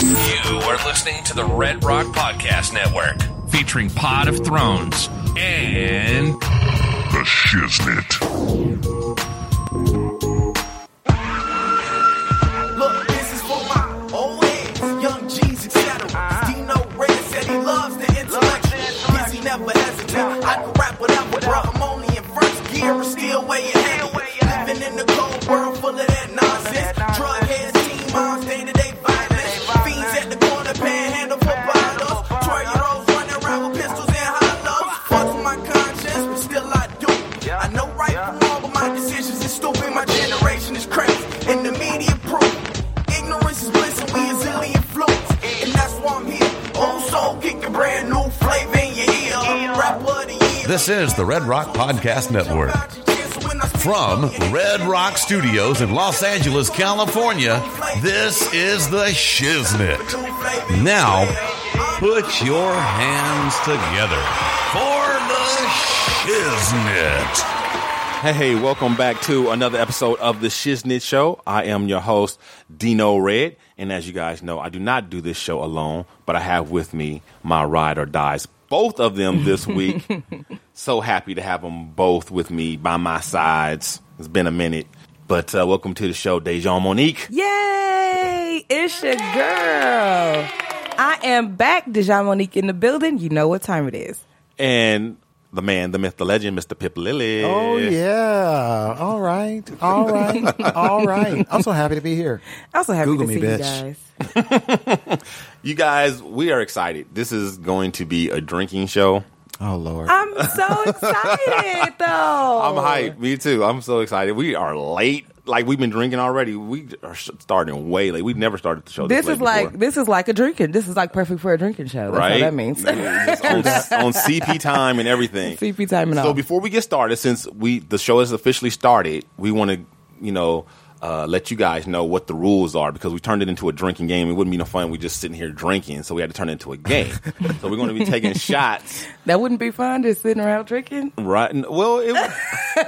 You are listening to the Red Rock Podcast Network, featuring Pod of Thrones and The Shiznit. Look, this is for my old heads, young G's, etc. Dino Red said he Uh-huh. loves the intellect. Yes, he never hesitate. I can rap whatever, bro. I'm only in first gear, and still way ahead. Living in the cold world full of that nonsense. Drug heads, teen moms, day to day violence. Fiends at the corner, panhandle for bottles. Twelve year olds running around with pistols and hollows. Fucks with my conscience, but still I do. I know right from wrong, but my decisions is stupid. My generation is crazy, and the media proof. Ignorance is bliss, and we a zillion flukes. And that's why I'm here. Old soul, kick a brand new flavor in your ear. Rapper of the year. This is the Red Rock Podcast Network. From Red Rock Studios in Los Angeles, California, this is The Shiznit. Now, put your hands together for The Shiznit. Hey, hey, welcome back to another episode of the Shiznit Show. I am your host, Dino Red. And as you guys know, I do not do this show alone, but I have with me my ride or dies, both of them this week. so happy to have them both with me by my sides. It's been a minute. But uh, welcome to the show, Dejan Monique. Yay! It's your girl. I am back, Dejan Monique in the building. You know what time it is. And the man, the myth, the legend, Mr. Pip Lilly. Oh yeah! All right, all right, all right. I'm so happy to be here. I'm so happy Google to me, see you bitch. guys. You guys, we are excited. This is going to be a drinking show. Oh lord, I'm so excited though. I'm hyped. Me too. I'm so excited. We are late. Like we've been drinking already. We are sh- starting way late. We've never started the show. This, This is like this is like a drinking. This is like perfect for a drinking show. That's right. what that means. It's on, on CP time and everything. CP time and so all. before we get started, since we the show has officially started, we want to you know uh, let you guys know what the rules are because we turned it into a drinking game. It wouldn't be no fun. We just sitting here drinking, so we had to turn it into a game. so we're going to be taking shots. that wouldn't be fun just sitting around drinking. Right. N- Well, it,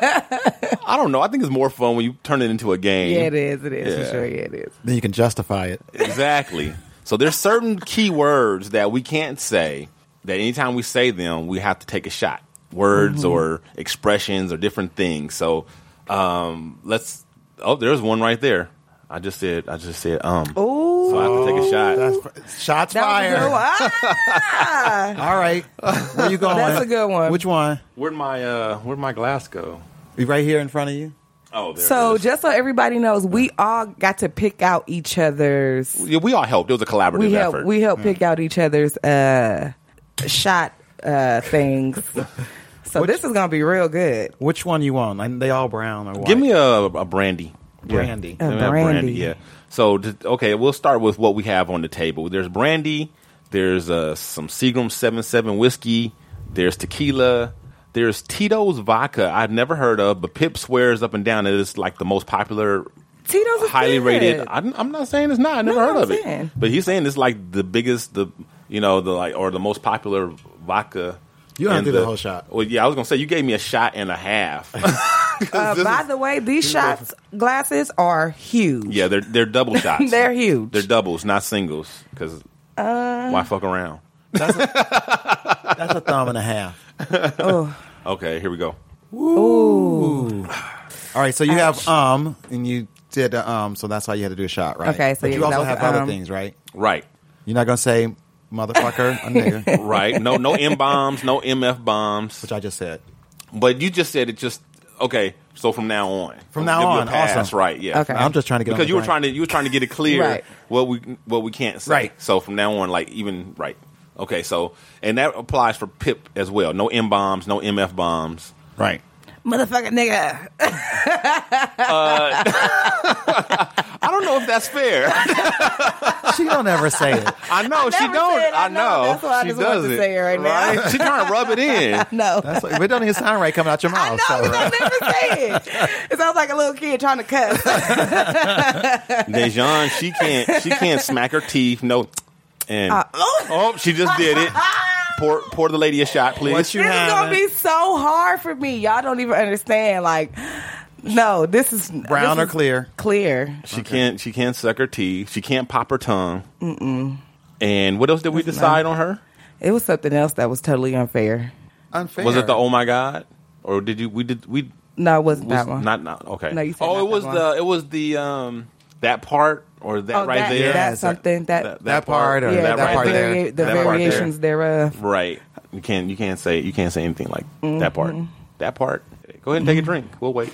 I don't know. I think it's more fun when you turn it into a game. Yeah, it is. It is Yeah. for sure. Yeah, it is. then you can justify it. Exactly. So there's certain key words that we can't say that anytime we say them, we have to take a shot. Words Mm-hmm. or expressions or different things. So um, let's. Oh, there's one right there. I just said. I just said. Um. Ooh. So I have to take a shot. That's, shots That was a fired. good one. Ah! All right, where you going? That's a good one. Which one? Where'd my uh, Where'd my glass go? We right here in front of you. Oh, there so it is. just so everybody knows, we all got to pick out each other's yeah, we all helped. It was a collaborative we help effort. Mm. we help pick out each other's uh shot uh things. So this is gonna be real good. Which one you want? And they all brown or white? Give me a, a brandy. Yeah. brandy. A Let me have brandy. Yeah. So d- okay, we'll start with what we have on the table. There's brandy. There's uh, some Seagram 77 whiskey. There's tequila. There's Tito's vodka. I've never heard of, but Pip swears up and down that it's like the most popular, Tito's is highly good. rated. I'm, I'm not saying it's not. I never No, heard I'm of saying. it, but he's saying it's like the biggest, the you know, the like or the most popular vodka. You don't have and to do the whole shot. Well, yeah, I was gonna say you gave me a shot and a half. 'Cause Uh, this by is- the way, these shots glasses are huge. yeah, they're they're double shots. They're huge. Uh. They're doubles, not singles. Because why fuck around? That's a, that's a thumb and a half. Okay, here we go. All right, so you have um, and you did uh, um, so that's why you had to do a shot, right? Okay, so but yeah, you that also was have the, other um, things, right? Right, You're not gonna say motherfucker or nigga, right. No, no m bombs, no mf bombs. which I just said. But you just said it. Just okay. So from now on, From now Give you a on, pass, awesome. right? Yeah. Okay. I'm just trying to get on because the you were drink. trying to you were trying to get it clear Right. what we what we can't say. Right. So from now on, like even right. Okay, so and that applies for Pip as well. No m bombs, no mf bombs. right. Motherfucker nigga. I don't know if that's fair. She don't ever say it. I know she never don't. said, I I know. know. That's why I she just wanted to doesn't. say it right now. She trying to rub it in. No. That's like, it don't even sound right coming out your I mouth. know so- we don't never say it. It sounds like a little kid trying to cuss. Dejan, she can't. She can't smack her teeth. No, and oh. oh, she just did it. Pour, pour the lady a shot, please. What you this is gonna having? be so hard for me. Y'all don't even understand. Like, no, this is Brown this or is clear? Clear. she can't. She can't suck her teeth. She can't pop her tongue. Mm-mm. And what else did we decide on her? It was something else that was totally unfair. Unfair. Was it the oh my god? Or did you we did we No, it wasn't was that one. not not okay. No, you said oh, not it that was one. the it was the um that part or that oh, right that, there. That's Yes, that- something that, that part or yeah, that, that, right part there. varia- the That part there. variations thereof. Right. You can't you can't say you can't say anything like that part. That part. Go ahead and take a drink. We'll wait.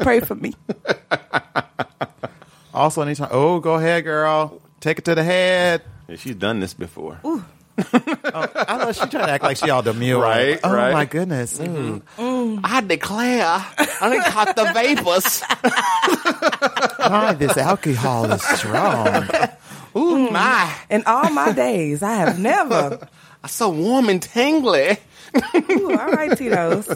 Pray for me. also anytime? Oh, go ahead, girl. Take it to the head. Yeah, she's done this before. I know she trying to act like she all demure. Right, Oh right. my goodness. Ooh. I declare, I done caught the vapors. My, this alcohol is strong. Ooh, my. In all my days, I have never. It's so warm and tingly. Ooh, all right, Tito's.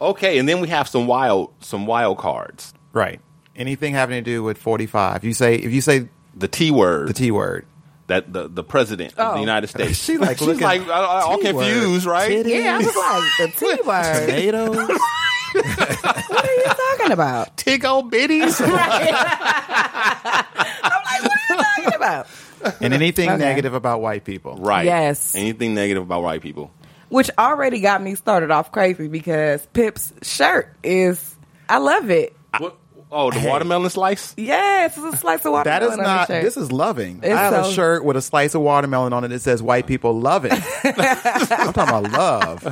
Okay, and then we have some wild some wild cards. Right. Anything having to do with forty five. You say if you say The T word. the T word. that the, the president of the Oh. United States. She like she's looking- like I- I- all T-word. confused, right? Titty. Yeah, I was like, the T word. Tomatoes. What are you talking about? Tickle bitties. talking about? and anything Okay. negative about white people. right. Yes. Anything negative about white people? Which already got me started off crazy because Pip's shirt is, I love it. What? Oh, the watermelon slice. Yes, it's a slice of watermelon. That is on the not. shirt. This is loving. It's I have so- a shirt with a slice of watermelon on it that says "White people love it." I'm talking about love.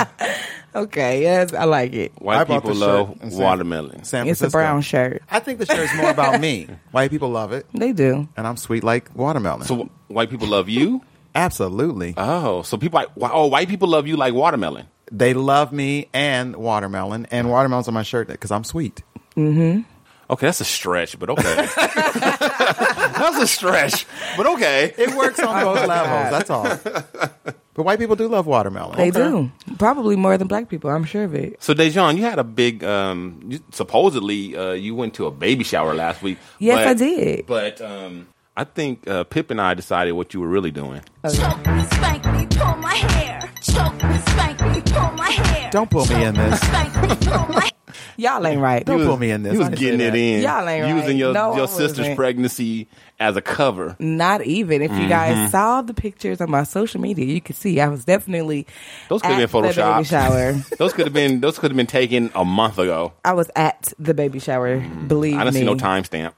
okay. Yes, I like it. White I bought people this love shirt in San- watermelon. San It's a Francisco. brown shirt. I think the shirt is more about me. White people love it, They do. and I'm sweet like watermelon. So wh- white people love you. Absolutely, Oh, so people like wh- oh white people love you like watermelon. they love me and watermelon, and watermelon's on my shirt because I'm sweet. Okay, that's a stretch, but okay. that's a stretch, but okay. It works on both levels. That's all. But white people do love watermelon. They do. Probably more than black people. I'm sure of it. So Dejan, you had a big. Um, you, supposedly, uh, you went to a baby shower last week. Yes, but- I did. But um, I think uh, Pip and I decided what you were really doing. Choke me, spank me, pull my hair. Choke me, spank me, pull my hair. Don't pull me in this. Spank me, pull my Y'all ain't right. Don't put me in this. You was I didn't getting say it that. in. Y'all ain't Using right. your, No, I your sister's wasn't. pregnancy as a cover. Not even. If you Mm-hmm. guys saw the pictures on my social media, you could see I was definitely Those could have at been The baby photoshopped. shower. those could have been those could have been taken a month ago. I was at the baby shower. Believe Mm. I didn't me. see no timestamp.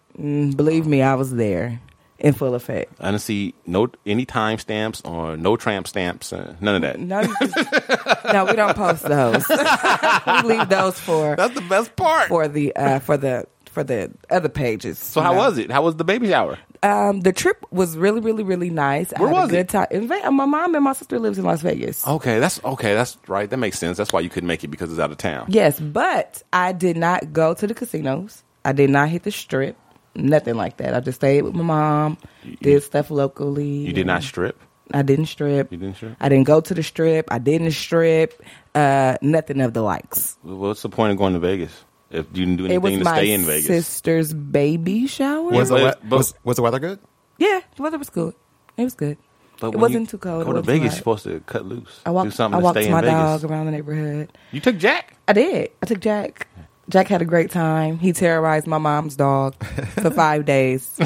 Believe me, I was there in full effect. I didn't see no any timestamps or no tramp stamps. Uh, none of that. No, you just- no, we don't post those. we leave those for That's the best part. for the uh, for the for the other pages. so how was it? How was the baby shower? Um, the trip was really, really, really nice. Where I had was a good it? Time. In Ve- my mom and my sister lives in Las Vegas. Okay, that's okay. That's right. That makes sense. That's why you couldn't make it because it's out of town. Yes, but I did not go to the casinos. I did not hit the strip. Nothing like that. I just stayed with my mom. Did stuff locally. You did not strip. I didn't strip. You didn't strip? I didn't go to the strip. I didn't strip. Uh, nothing of the likes. What's the point of going to Vegas if you didn't do it was anything to my stay in Vegas? sister's baby shower. Was the, But- we- but- was, was the weather good? yeah, the weather was good. It was good. But it when you wasn't too cold. Go It to wasn't Vegas. You're hot. supposed to cut loose. I do walked. something I walked to stay my in Vegas. dog around the neighborhood. You took Jack. I did. I took Jack. Jack had a great time. He terrorized my mom's dog for five days.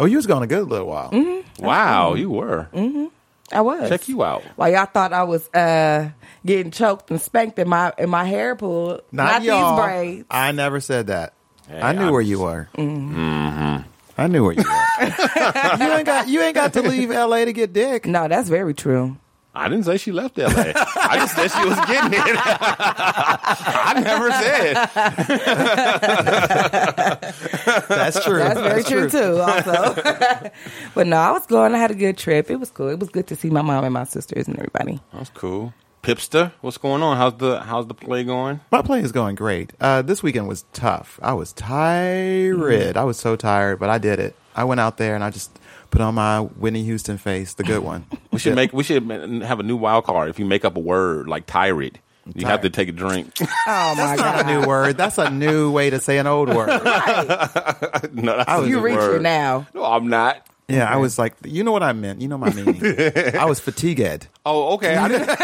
Oh, you was going a good little while. Wow, you were. Mm. I was. Check you out. While y'all thought I was uh, getting choked and spanked in my in my hair pulled. Not, y'all. these braids. Mm-hmm. I never said that. I knew I'm- where you were. Mm-hmm. I knew where you were. you ain't got you ain't got to leave L.A. to get dick. No, that's very true. I didn't say she left LA. I just said she was getting it. I never said. That's true. That's very true, too. Also, but no, I was going. I had a good trip. It was cool. It was good to see my mom and my sisters and everybody. Oh, That's cool. Pipster, what's going on? How's the how's the play going? My play is going great. Uh, this weekend was tough. I was tired. Mm-hmm. I was so tired, but I did it. I went out there and I just put on my Whitney Houston face, the good one. We should make we should have a new wild card. If you make up a word like tirade, you have to Tired. take a drink. Oh my That's god! not a new word. That's a new way to say an old word. no, that's a Oh, You new reaching word. now. No, I'm not. Yeah, I was like, you know what I meant. You know my meaning. I was fatigued. Oh, okay. I didn't, my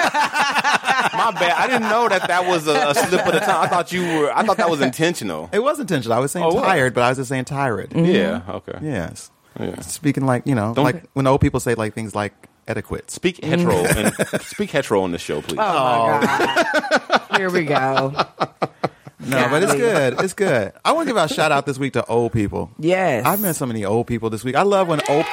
bad. I didn't know that that was a, a slip of the tongue. I thought you were. I thought that was intentional. It was intentional. I was saying Oh, what? tired, but I was just saying tired. Yeah. Okay. Yes. Yeah. speaking like you know, Don't- like when old people say like things like adequate. Speak hetero and speak hetero on the show, please. Oh, my God. Here we go. No, but it's good. It's good. I want to give a shout out this week to old people. Yes. I've met so many old people this week. I love when old.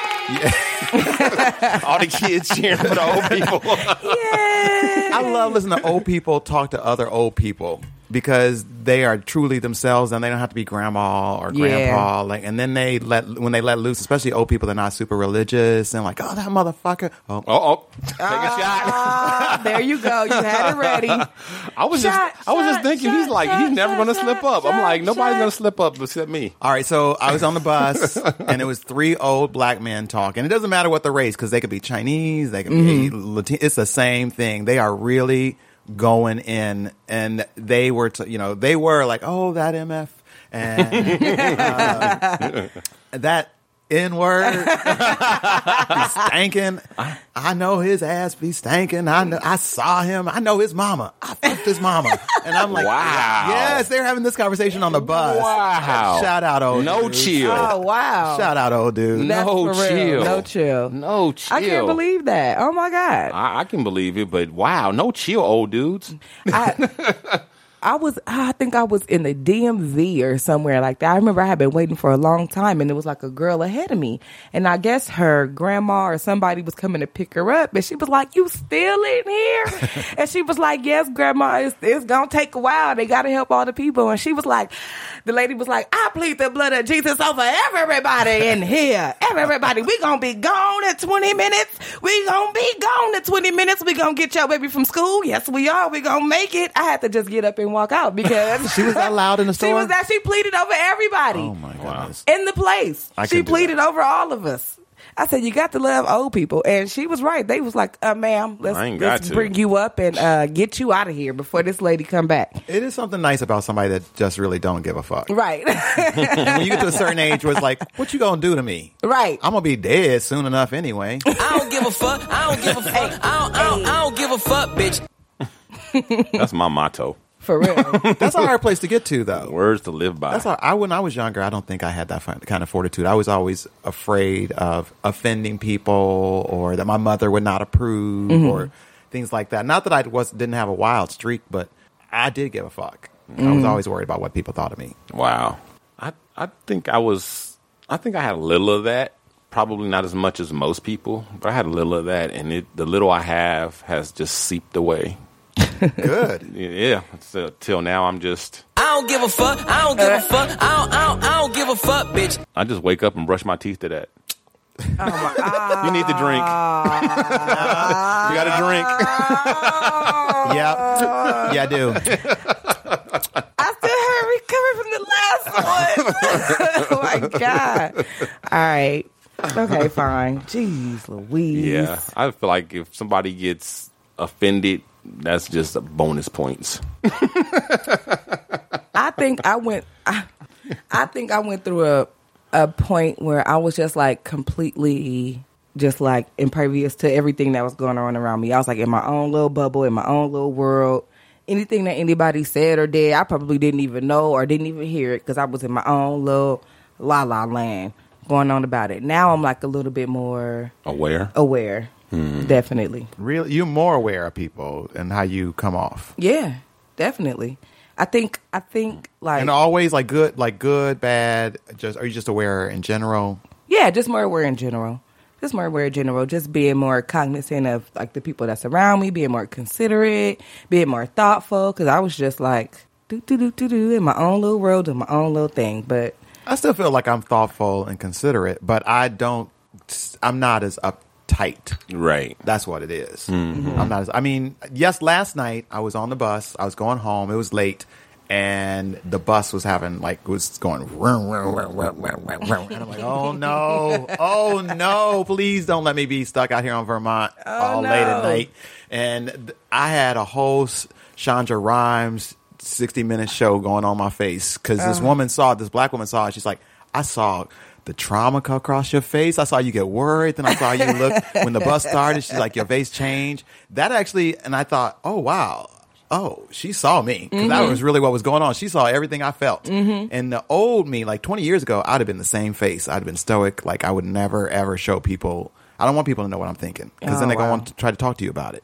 All the kids cheering for the old people. I love listening to old people talk to other old people because they are truly themselves and they don't have to be grandma or Yeah. grandpa. Like, and then they let when they let loose, especially old people that are not super religious and like, oh that motherfucker. Oh, Oh, take a shot. Ah, there you go. You had it ready. I was Shot, just, I was just shot, thinking. he's shot, like, he's shot, never gonna shot, slip up. I'm shot, like, nobody's shot. gonna slip up except me. All right, so I was on the bus and it was three old black men talking. It doesn't matter what the race because they could be Chinese, they could be Latin. It's the same thing. They are really going in, and they were, t- you know, they were like, "Oh, that MF and um, that N word, he's stankin'. I know his ass be stankin'. I know, I saw him. I know his mama. I fucked his mama." And I'm like, Wow. yes, they're having this conversation on the bus." Wow. Shout out, old No dudes. chill. Oh, wow. Shout out, old dude. That's No for real. chill. No chill. No chill. I can't believe that. Oh, my God. I, I can believe it, but wow, no chill, old dudes. I I was I think I was in the DMV or somewhere like that. I remember I had been waiting for a long time and it was like a girl ahead of me. And I guess her grandma or somebody was coming to pick her up and she was like, You still in here? and she was like, Yes, grandma, it's, it's gonna take a while. They gotta help all the people. And she was like, the lady was like, I plead the blood of Jesus over everybody in here. Everybody, we gonna be gone in 20 minutes. We gonna be gone in 20 minutes. We gonna get your baby from school. Yes, we are. We gonna make it. I had to just get up and walk out because She was that loud in the store. she was that she pleaded over everybody Oh my goodness. in the place. I she couldn't do pleaded over all of us. I said, "You got to love old people," and she was right. They was like, uh, "Ma'am, let's, ain't got let's to. bring you up and uh, get you out of here before this lady come back." It is something nice about somebody that just really don't give a fuck. Right, And when you get to a certain age, where it's like, what you gonna do to me? right. I'm gonna be dead soon enough anyway. I don't give a fuck. I don't give a fuck. I don't, I don't, I don't give a fuck, bitch. That's my motto. For real. That's a hard place to get to, though. Words to live by. That's how, I when I was younger, I don't think I had that fin- kind of fortitude. I was always afraid of offending people, or that my mother would not approve, or things like that. Not that I was didn't have a wild streak, but I did give a fuck. I was always worried about what people thought of me. Wow. I I think I was I think I had a little of that. Probably not as much as most people, but I had a little of that, and it, the little I have has just seeped away. Good. Yeah, so, till now I'm just I don't give a fuck. I don't give a fuck. I don't, I don't, I don't give a fuck, bitch. I just wake up and brush my teeth to that. oh my Ah. God. You need to drink. you got to drink. Yeah, yeah, I do. I still haven't recovered from the last one. oh my God. All right. Okay, fine. Jeez Louise. Yeah, I feel like if somebody gets offended, that's just bonus points. I think I went. I, I think I went through a a point where I was just like completely just like impervious to everything that was going on around me. I was like in my own little bubble, in my own little world. Anything that anybody said or did, I probably didn't even know or didn't even hear it because I was in my own little la la land going on about it. Now I'm like a little bit more Aware? aware, definitely. Really, you're more aware of people and how you come off, Yeah, definitely. I think I think like and always like good, like good, bad. Just are you just aware in general? Yeah, just more aware in general. Just more aware in general. Just being more cognizant of like the people that's around me, being more considerate, being more thoughtful. Because I was just like do do do do do in my own little world, doing my own little thing. But I still feel like I'm thoughtful and considerate, but I don't. I'm not as uptight. Right. That's what it is. I'm not as. I mean, yes. Last night I was on the bus. I was going home. It was late, and the bus was having like was going. Vroom, vroom, vroom, vroom, vroom, vroom, vroom. And I'm like, oh no, oh no! Please don't let me be stuck out here on Vermont all late at no. night. And th- I had a whole s- Chandra Rhimes 60 minute show going on my face because this woman saw it, this black woman saw it. She's like, I saw the trauma come across your face. I saw you get worried. Then I saw you look when the bus started. She's like, your face changed. That actually, and I thought, oh, wow. oh, she saw me. Because that was really what was going on. She saw everything I felt. And the old me, like 20 years ago, I'd have been the same face. I'd have been stoic. Like, I would never, ever show people. I don't want people to know what I'm thinking. Because Oh, then they're wow. going to try to talk to you about it.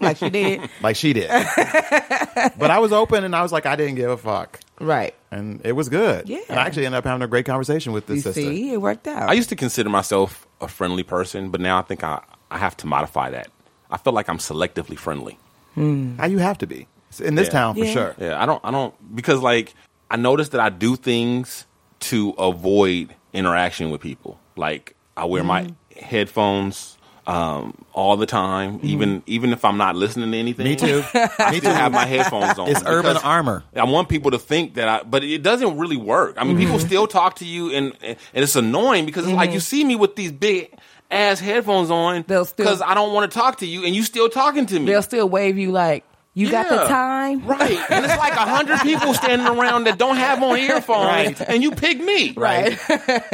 like you did. Like she did. but I was open and I was like, I didn't give a fuck. Right. And it was good. Yeah. And I actually ended up having a great conversation with this You sister. see, it worked out. I used to consider myself a friendly person, but now I think I, I have to modify that. I feel like I'm selectively friendly. How you have to be. In this Yeah. town, for Yeah. sure. Yeah, I don't I don't because like I notice that I do things to avoid interaction with people. Like I wear my Mm-hmm. headphones um, all the time, even even if I'm not listening to anything. Me too. I still have my headphones on. It's urban because armor. I want people to think that I, but it doesn't really work. I mean, people Mm-hmm. still talk to you, and and it's annoying because it's like you see me with these big ass headphones on They'll still- because I don't want to talk to you, and you still talking to me. They'll still wave you like you got the Yeah. time. Right. And it's like a hundred people standing around that don't have on earphones Right. and you pick me. Right.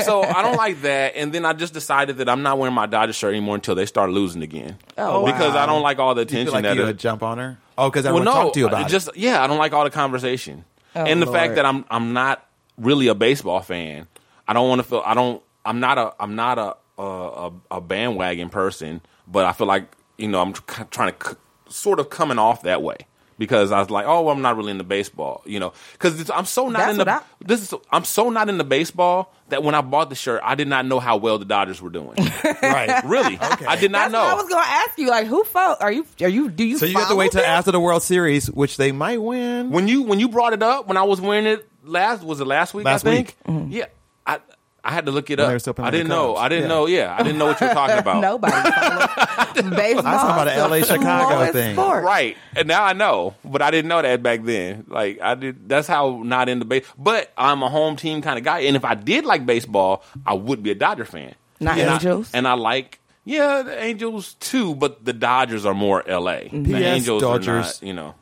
So I don't like that. And then I just decided that I'm not wearing my Dodger shirt anymore until they start losing again. Oh, wow. because I don't like all the You attention feel like that you it- would jump on her? Oh, because everyone talked to you about it it. just yeah, I don't like all the conversation and the fact Oh, Lord. that I'm I'm not really a baseball fan. I don't want to feel I don't I'm not a I'm not a a, a, a bandwagon person, but I feel like you know I'm tr- trying to c- sort of coming off that way because I was like, oh, well, I'm not really into baseball, you know, because I'm so not That's in the what I- this is I'm so not into baseball that when I bought the shirt, I did not know how well the Dodgers were doing. right. really, I did not That's know. what I was gonna ask you. Like, who fought? Are you? Are you? Do you? So you have to follow wait till them? after the World Series, which they might win. when you when you brought it up when I was wearing it last was it last week? Last I think. week. Mm-hmm. Yeah, I I had to look it When they were up. still playing I didn't the Cubs. know. I didn't Yeah. know. Yeah, I didn't know what you're talking about. Nobody. follow Baseball. I was talking about is the LA the Chicago lowest thing. sport. Right, and now I know, but I didn't know that back then. Like I did. That's how not into base. But I'm a home team kind of guy, and if I did like baseball, I would be a Dodger fan. Not And I- Angels? and I like. Yeah, the Angels too, but the Dodgers are more L.A. The P.S. Angels Dodgers. are not, you know.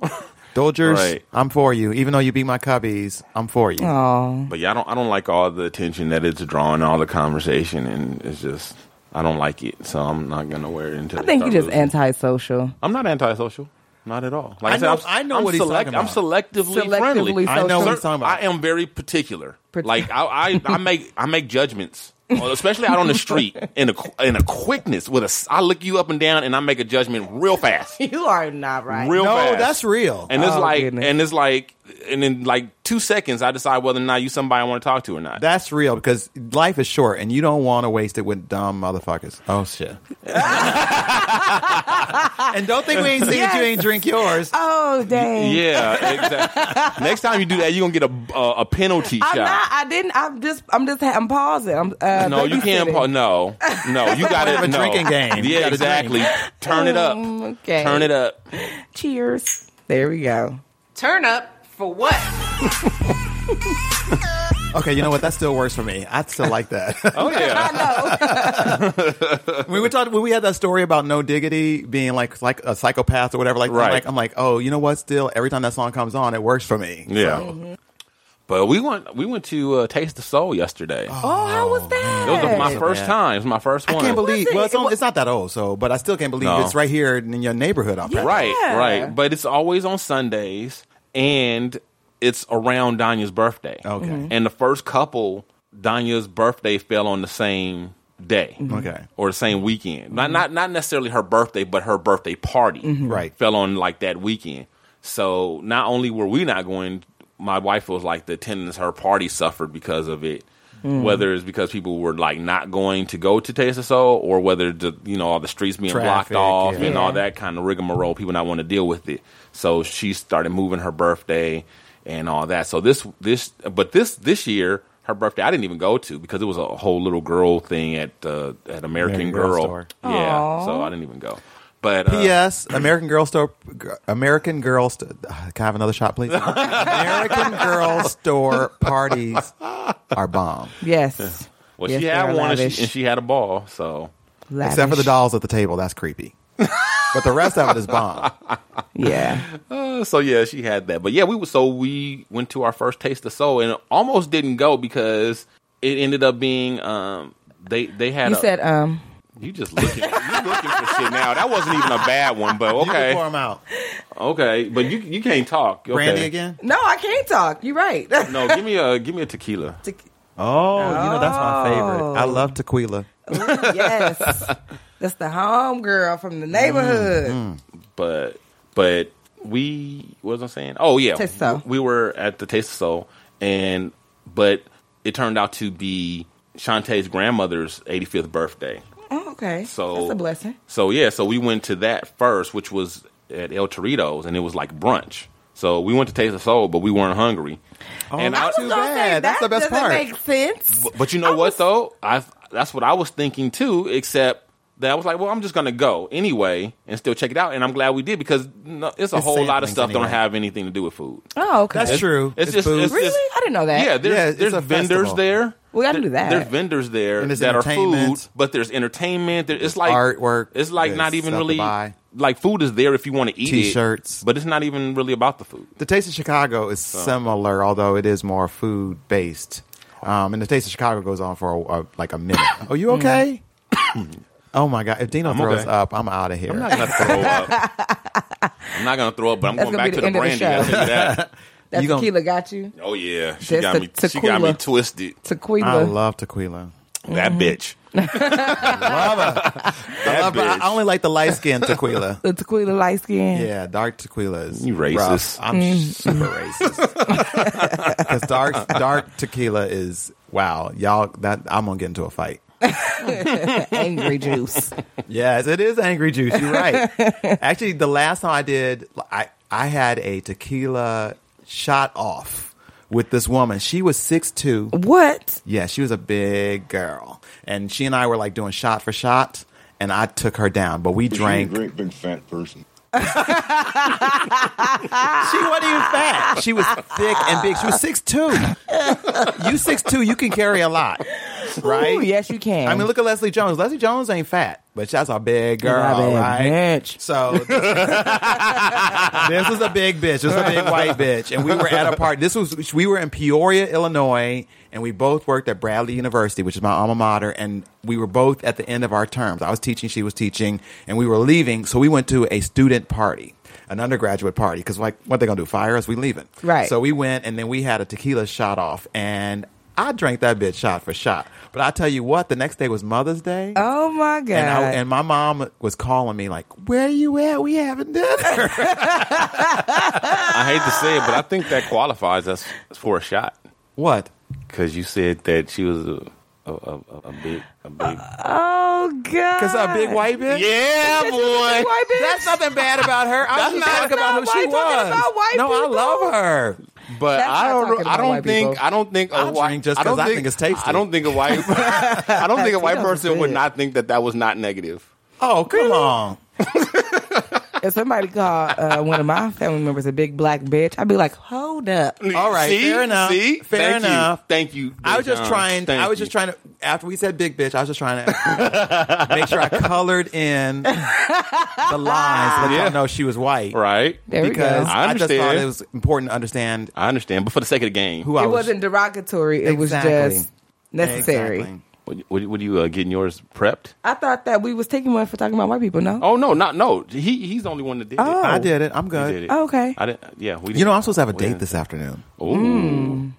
Dodgers, Right. I'm for you. Even though you beat my Cubbies, I'm for you. Oh, But yeah, I don't I don't like all the attention that it's drawing, all the conversation, and it's just I don't like it. So I'm not gonna wear it until I think they you start just losing. antisocial. I'm not antisocial, not at all. Like I I, said, know- I'm, I know am what he's talking I'm selectively, Selectively friendly. I know what he's talking about. I am very particular. Partic- like I, I I make I make judgments. Well, Especially out on the street, in a qu- in a quickness, with a s- I look you up and down, and I make a judgment real fast. You are not right. Real no, fast. that's real. And it's Oh, like, goodness. and it's like, and in like two seconds, I decide whether or not you somebody I want to talk to or not. that's real because life is short, and you don't want to waste it with dumb motherfuckers. Oh shit! and don't think we ain't seen that you ain't drink yours. Oh dang. Yeah, exactly. Next time you do that, you're gonna get a a, a penalty shot. I'm not. I didn't. I'm just. I'm just. I'm pausing. I'm. Uh, no, you can't. babysitting. Pa- no, no, you got Have a to no. drinking game. You Yeah, gotta exactly. Turn it up. Um, okay. Turn it up. Cheers. There we go. Turn up for what? Okay, you know what? That still works for me. I still like that. Oh yeah. we were talking when we had that story about no diggity being like like a psychopath or whatever. Like, Right. I'm like I'm like, oh, you know what? Still, every time that song comes on, it works for me. Yeah. But we went. We went to uh, Taste of Soul yesterday. Oh, how was that? it was my first bad. time. It was my first I one. can't believe. it? Well, it's, It on, wa- it's not that old, so but I still can't believe No. it's right here in your neighborhood. On Prattville. Right, Yeah. right. But it's always on Sundays, and it's around Danya's birthday. Okay. Mhm. And the first couple, Danya's birthday fell on the same day. Mm-hmm. Okay. Or the same weekend. Not not not necessarily her birthday, but her birthday party. Right. Fell on like that weekend. So not only were we not going, my wife was like the attendance her party suffered because of it. Hmm. Whether it's because people were like not going to go to Taste of Soul, or whether the, you know all the streets being blocked Traffic, off yeah. and all Yeah. that kind of rigmarole, people not want to deal with it. So she started moving her birthday and all that. So this this but this this year her birthday I didn't even go to because it was a whole little girl thing at uh, at American, American Girl Girl. Store. yeah, Aw. so I didn't even go. But uh, P.S. American Girl Store. American Girl. St- can I have another shot, please? American Girl Store parties are bomb, Yes. well, Yes, she they had are one and lavish. she, and she had a ball. So except for the Lavish. dolls at the table. That's creepy. But the rest of it is bomb. Yeah. Uh, so yeah, she had that. But yeah, we was so we went to our first taste of soul and almost didn't go because it ended up being um they they had You a, said um. you just looking you looking for shit now. That wasn't even a bad one, but You can pour okay. 'em out. Okay, but you you can't talk. Okay. Brandy again? No, I can't talk. You're right. No, give me a give me a tequila. Oh, you know that's my favorite. I love tequila. oh, yes. That's the home girl from the neighborhood. Mm-hmm. but but we what was I saying? Oh yeah, Taste of Soul. we were at the Taste of Soul, and but it turned out to be Shantae's grandmother's 85th birthday. Oh, okay. So that's a blessing. So yeah, so we went to that first, which was at El Torito's, and it was like brunch. So we went to Taste of Soul, but we weren't hungry. Oh, and I I, was too gonna bad. That's that the best doesn't part. Make sense. but you know I what was- though, I that's what I was thinking too. Except that I was like, well, I'm just gonna go anyway and still check it out. And I'm glad we did because no, it's a It's whole lot of samplings stuff anyway. don't have anything to do with food. Oh, okay. That's true. It's just- food. it's- really? I didn't know that. Yeah, Yeah, there's it's there's a vendors festival. there. We gotta There- do that. There's vendors there And there's that are food, entertainment. but there's entertainment. There, it's like artwork, It's like there's not even stuff to really buy. like food is there if you want to eat it, T-shirts. but it's not even really about the food. The Taste of Chicago is similar, although it is more food based. Um, and the Taste of Chicago goes on for a, a, like a minute. Are you okay? oh my God! If Dino throws okay. up, I'm out of here. I'm not gonna throw up. I'm not gonna throw up, but I'm That's going gonna back be to the the end of brandy. the show. I tell you that. That You gonna- tequila got you. Oh yeah, she That's got the me. She got me tequila. Mm-hmm. twisted. Tequila. I love tequila. That bitch. I, Uh, love, bitch. Uh, I I only like the light skinned tequila. the tequila light skin. Yeah, dark tequila is You racist. rough. I'm super racist. Because dark dark tequila is wow, y'all. That I'm gonna get into a fight. Angry juice. Yes, it is angry juice. You're right. Actually, the last time I did, I I had a tequila shot off with this woman. She was six two. What? Yeah, she was a big girl, and she and I were like doing shot for shot, and I took her down. But we drank. She, Great big fat person. wasn't even fat. She was thick and big. She was six two. you six two, you can carry a lot, right? Ooh, yes, you can. I mean, look at Leslie Jones. Leslie Jones ain't fat, but that's a big girl, big right? bitch. So this was a big bitch. This was a big white bitch, and we were at a party. This was we were in Peoria, Illinois, and we both worked at Bradley University, which is my alma mater. And we were both at the end of our terms. I was teaching, she was teaching, and we were leaving. So we went to a student party. An undergraduate party because like what they gonna do fire us? We leaving Right. So we went and then we had a tequila shot off and I drank that bitch shot for shot. But I tell you what, the next day was Mother's Day. Oh my god. And, I, and my mom was calling me like, "Where you at? We having dinner." I hate to say it, but I think that qualifies us for a shot what? because you said that she was a a, a, a- a big a big. oh god. Because a big white bitch. Yeah, boy. White bitch. That's nothing bad about her. I was That's just not- talking about who That's she not why was. talking about white no, people. I love her. But That's I not don't. talking I about don't white think. people. I don't think a I'll white. drink just I don't 'cause I think it's tasty. I don't think a white. I don't think a white Tito's person would good. not think that that was not negative. Oh, come on. if somebody called uh, one of my family members a big black bitch, I'd be like, hold up. All right, See? fair enough. See? Fair Thank you. enough. Thank you. I was just John. trying. Thank I was you. just trying to. After we said big bitch, I was just trying to make sure I colored in the lines. so Let Yeah. y'all know she was white, Right. There Because we go. I I, just thought understand. it was important to understand I understand, but for the sake of the game, who I it was. wasn't derogatory. It was Exactly. just necessary. Exactly. Would, would, would you uh, getting yours prepped? I thought that we was taking one for talking about white people. No. Oh no, not no. He he's the only one that did Oh. it. I did it. I'm He good. did it. Oh, okay. I didn't. Yeah, we. Didn't. You know, I'm supposed to have a we date didn't- this Mm. afternoon. Ooh.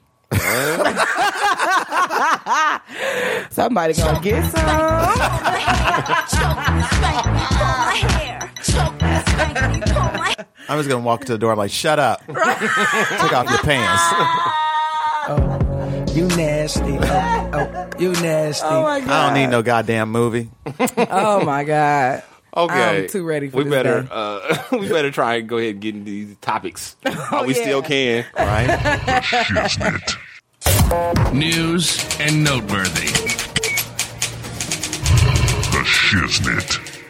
Somebody gonna get some. I'm just gonna walk to the door. I'm like, shut up. Take off your pants. You nasty. Oh, oh, you nasty. Oh my I god. don't need no goddamn movie. Oh my god. Okay, I'm too ready for we this better. day. Uh, we better try and go ahead and get into these topics. Oh, while we yeah. still can. Right? Shiznit. News and noteworthy. The Shiznit.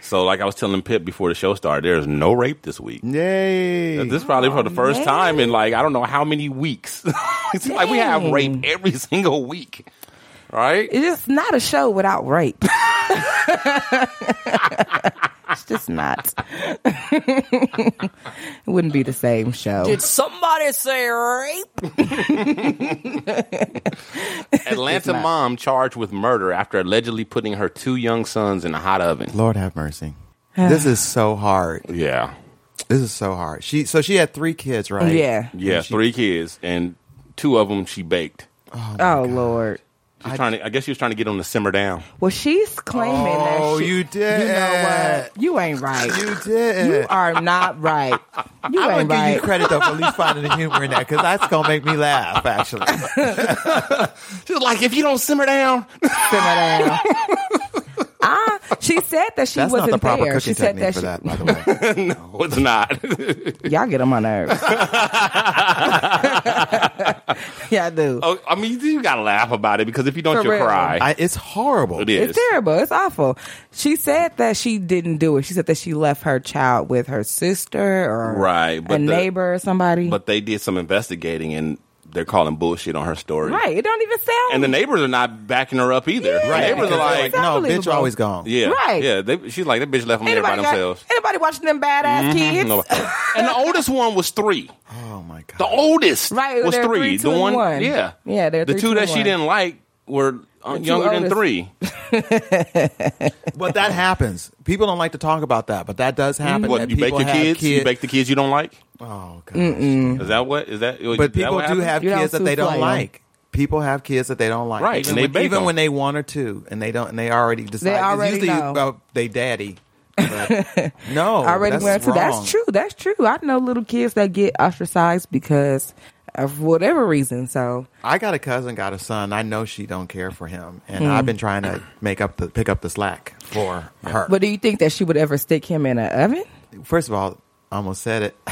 So, like I was telling Pip before the show started, there is no rape this week. Yay. This is probably for the first man. time in like I don't know how many weeks. it seems like we have Dang. rape every single week, right? It's just not a show without rape. it's just not. it wouldn't be the same show. Did somebody say rape? Atlanta mom charged with murder after allegedly putting her two young sons in a hot oven. Lord have mercy. This is so hard. Yeah. This is so hard. She so she had three kids, right? yeah, three kids, and two of them she baked. Oh, Lord. She's trying to. I guess she was trying to get them to simmer down. Well, she's claiming that. Oh, she- you did. You know what? You ain't right. You did. You are not right. You I'm ain't gonna right. give you credit though for at least finding the humor in that because that's gonna make me laugh. Actually, She's like, if you don't simmer down, simmer down. Ah, she said that she that's wasn't not the proper there. cooking She said technique that she. for that. By the way, no, it's not. Y'all get on my nerves. yeah, I do. Oh, I mean, you gotta laugh about it because if you don't, For you will real. cry. I, it's horrible. it is. It's terrible. It's awful. She said that she didn't do it. She said that she left her child with her sister or Right, a but the- neighbor or somebody. But they did some investigating and they're calling bullshit on her story. right. It don't even sound. And the neighbors are not backing her up either. Yeah. The Right, neighbors are because like, it's not- no, Unbelievable. bitch, you're always gone. yeah, Right. yeah. They, she's like, that bitch left them there by got- themselves. Mm-hmm. anybody watching them badass kids? and the oldest one was three. Oh my god. The oldest Right, was they're three. three, two, the and one, one. yeah, Yeah, The they're two, three, two, that and she one. didn't like were uh, two younger than oldest. three. But that happens. People don't like to talk about that, but that does happen. Mm-hmm. What that you bake people your have kids? You bake the kids you don't like? Oh god. Is that what? Is that? is that But people what do happened? have You don't kids that they don't souffle. like. People have kids that they don't like, Right, Even, and they when, bake even 'em. when they want or two, and they don't, and they already decide. it's already usually know. about they daddy. But no, already that's went to. wrong. That's true. That's true. I know little kids that get ostracized because of whatever reason. So I got a cousin, got a son. I know she don't care for him, and I've been trying to make up the pick up the slack for her. But do you think that she would ever stick him in an oven? First of all, I almost said it.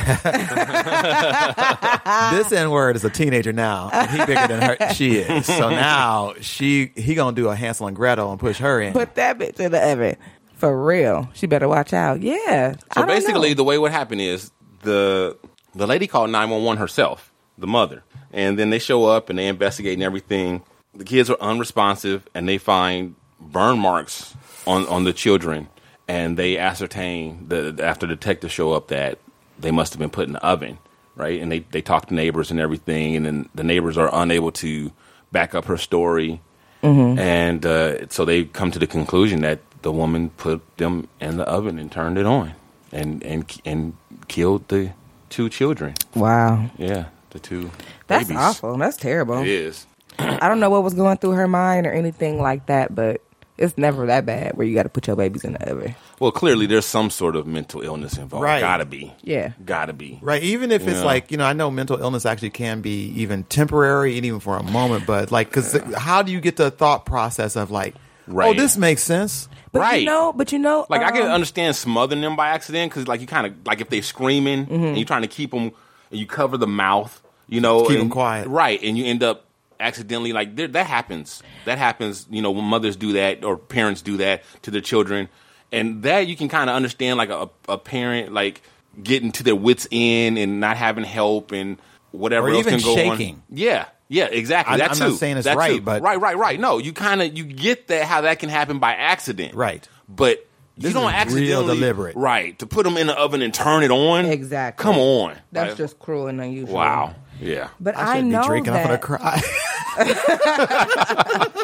this N word is a teenager now, and he bigger than her. She is. So now she he gonna do a Hansel and Gretel and push her in. Put that bitch in the oven. For real. She better watch out. Yeah. I So don't basically, know. the way what happened is the the lady called nine one one herself, the mother, and then they show up and they investigate and everything. The kids are unresponsive, and they find burn marks on on the children, and they ascertain that after detectives show up that they must have been put in the oven, right? And they they talk to neighbors and everything, and then the neighbors are unable to back up her story. And uh, so they come to the conclusion that the woman put them in the oven and turned it on, and and and killed the two children. Wow. Yeah, the two. That's babies. awful. That's terrible. It is. I don't know what was going through her mind or anything like that, but it's never that bad where you got to put your babies in the oven. Well, clearly there's some sort of mental illness involved. Right. Gotta be. Yeah. Gotta be. Right. Even if it's Yeah. like, you know, I know mental illness actually can be even temporary and even for a moment, but like, because how do you get the thought process of like, oh, Right. this makes sense? But Right. you know, but you know, Like I can um, understand smothering them by accident because like you kind of like if they're screaming and you're trying to keep them and you cover the mouth, you know, Keep 'em and- quiet. right? And you end up accidentally like there, that happens. That happens. You know, when mothers do that or parents do that to their children, and that you can kind of understand like a, a parent like getting to their wits end and not having help and whatever Or else even can go shaking. on. Yeah. Yeah, exactly. I- that I'm too. not saying it's That right, too. but- right, right, right. No, you kind of you get that how that can happen by accident, Right. But This you don't is accidentally real deliberate. right to put them in the oven and turn it on. Exactly. Come on. That's Like, just cruel and unusual. wow. Yeah. But I I, should know be drinking. I'm that. going to cry.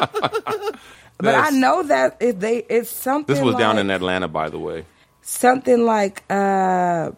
But I know that if they, it's something. This was down like- in Atlanta, by the way. something like uh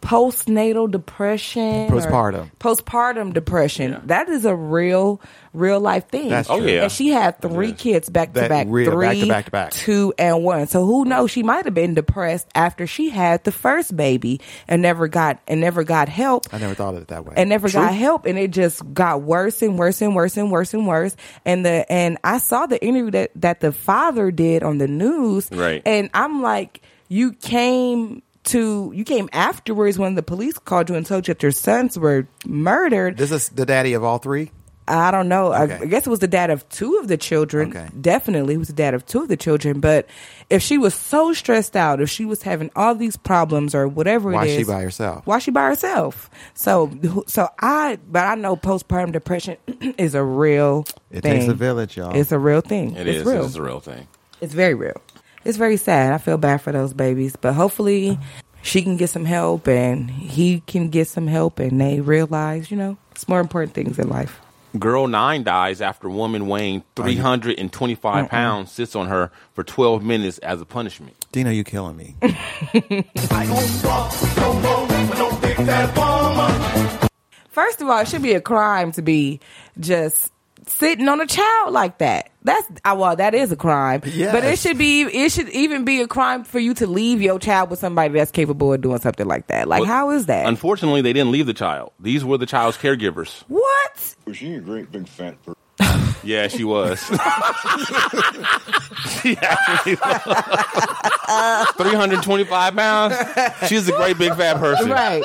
postnatal depression or Postpartum. postpartum depression that is a real real life thing That's Oh, true. yeah. and she had three kids back to That back real- three back to back to back. two and one so who knows she might have been depressed after she had the first baby and never got and never got help I never thought of it that way. and never got help and it just got worse and worse and worse and worse and worse and the and I saw the interview that that the father did on the news Right. and I'm like you came to you came afterwards when the police called you and told you that your sons were murdered This is the daddy of all three? I don't know. I, Okay. I guess it was the dad of two of the children. Okay. Definitely, it was the dad of two of the children. But if she was so stressed out, if she was having all these problems or whatever, Why it is, she by herself? Why she by herself? So, who- so I. But I know postpartum depression is a real. It thing. takes a village, y'all. It's a real thing. It it's is. real. It's a real thing. It's very real. It's very sad. I feel bad for those babies, but hopefully she can get some help and he can get some help and they realize, you know, it's more important things in life. Girl nine dies after woman weighing 325 Mm-mm. pounds sits on her for 12 minutes as a punishment. Dino, you killing me. First of all, it should be a crime to be just sitting on a child like that. That's ah, well, that is a crime. Yes. But it should be it should even be a crime for you to leave your child with somebody that's capable of doing something like that. Like Well, how is that? Unfortunately, they didn't leave the child. These were the child's caregivers. What? Was she a great big fat person? Yeah, she was. she actually was. 325 pounds. She's a great big fat person. Right.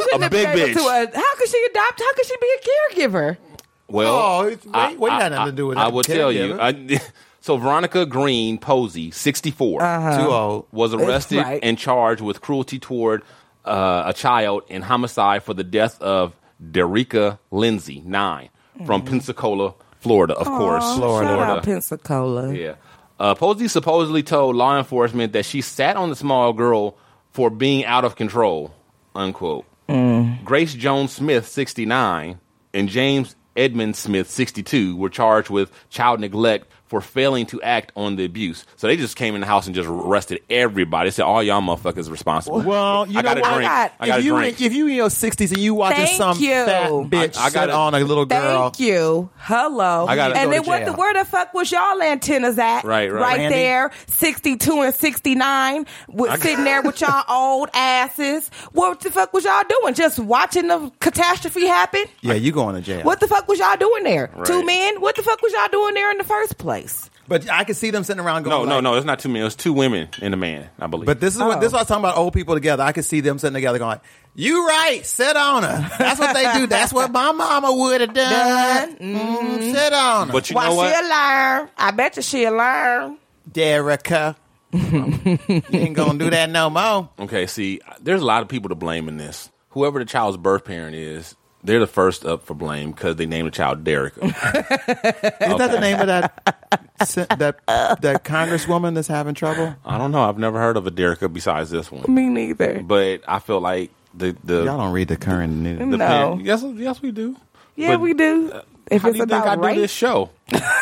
A shouldn't have big been able bitch. to a, how could she adopt how could she be a caregiver? Well, Oh, it's- I- wait, wait, I- had nothing to do with I, I that will tell you. I, so Veronica Green Posey, 64, Uh, Uh-huh. Too old. was arrested Right. and charged with cruelty toward uh, a child and homicide for the death of Derica Lindsay, 9, from Mm. Pensacola, Florida, of course. Aw, shout out Pensacola. Yeah. Uh, Posey supposedly told law enforcement that she sat on the small girl for being out of control, unquote. Grace Jones Smith, 69, and James Edmund Smith, 62, were charged with child neglect for failing to act on the abuse. So they just came in the house and just arrested everybody. Said, all y'all motherfuckers responsible. Well, you I know got a what? drink. I got if a you drink. In, if you in your sixties and you watching Thank some you. fat bitch I- I sit gotta- on a little girl, Thank you. Hello. I gotta and go to then what jail. the where the fuck was y'all antennas at? Right, right. Randy? there, sixty two and sixty I nine, with got- sitting there with y'all old asses. What the fuck was y'all doing? Just watching the catastrophe happen? yeah, you going to jail. What the fuck was y'all doing there? Right. Two men. What the fuck was y'all doing there in the first place? But I could see them sitting around no, no, no. It's not two men. It's two women and a man, I believe. But this is Oh. what this is what I was talking about. Old people together, I could see them sitting together going, like, "You right, sit on her. That's what they do. That's what my mama would have done. Mm, sit on her. But you Mm-hmm. Why know Uh, what? she'll learn. I bet you she'll learn. Derica, you ain't gonna do that no more. Okay, see, there's a lot of people to blame in this. Whoever the child's birth parent is, they're the first up for blame because they named the child Derek. Isn't that the name of that sen- that that congresswoman that's having trouble? I don't know. I've never heard of a Derek besides this one. Me neither. But I feel like the the Y'all don't read the current news. the No. parent- yes, yes, we do. Yeah, But we do. If how it's do you think about I do rape, this show?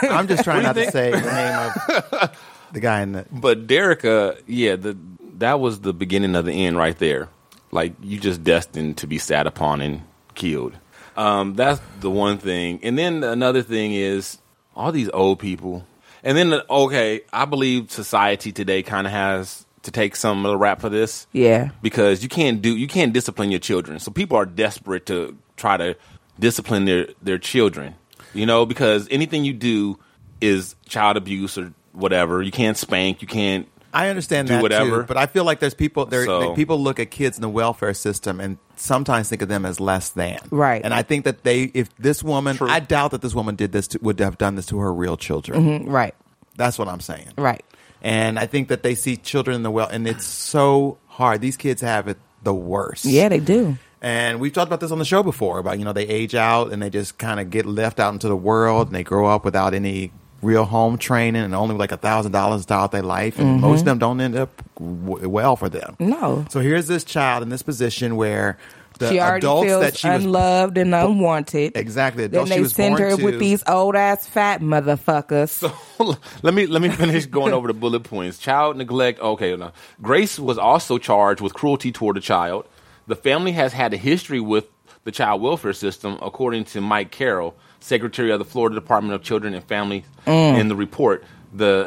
I'm just trying What not do you to say the name of the guy in the. But Derica, yeah, the, that was the beginning of the end right there. Like you just destined to be sat upon and killed. Um, that's the one thing. And then another thing is all these old people. And then okay, I believe society today kind of has to take some of the rap for this. Yeah. because you can't do you can't discipline your children. So people are desperate to try to discipline their their children. You know, because anything you do is child abuse or whatever. You can't spank. You can't. I understand do that whatever. too, but I feel like there's people there. So- that people look at kids in the welfare system and sometimes think of them as less than. Right. And I think that they, if this woman, I doubt that this woman did this to, would have done this to her real children. Mm-hmm. Mhm, right, That's what I'm saying. right. And I think that they see children in the well, and it's so hard. These kids have it the worst. Yeah, they do. And we've talked about this on the show before about, you know, they age out and they just kind of get left out into the world and they grow up without any real home training and only like a thousand dollars throughout their life. And Mhm. most of them don't end up w- well for them. No. So here's this child in this position where the she already adults feels that she was unloved and unwanted. Exactly. Then Adults she they was send born her to- with these old ass fat motherfuckers. Let me let me finish going over the bullet points. Child neglect. Okay, no. Grace was also charged with cruelty toward a child. The family has had a history with the child welfare system, according to Mike Carroll, Secretary of the Florida Department of Children and Family. Mm. In the report, the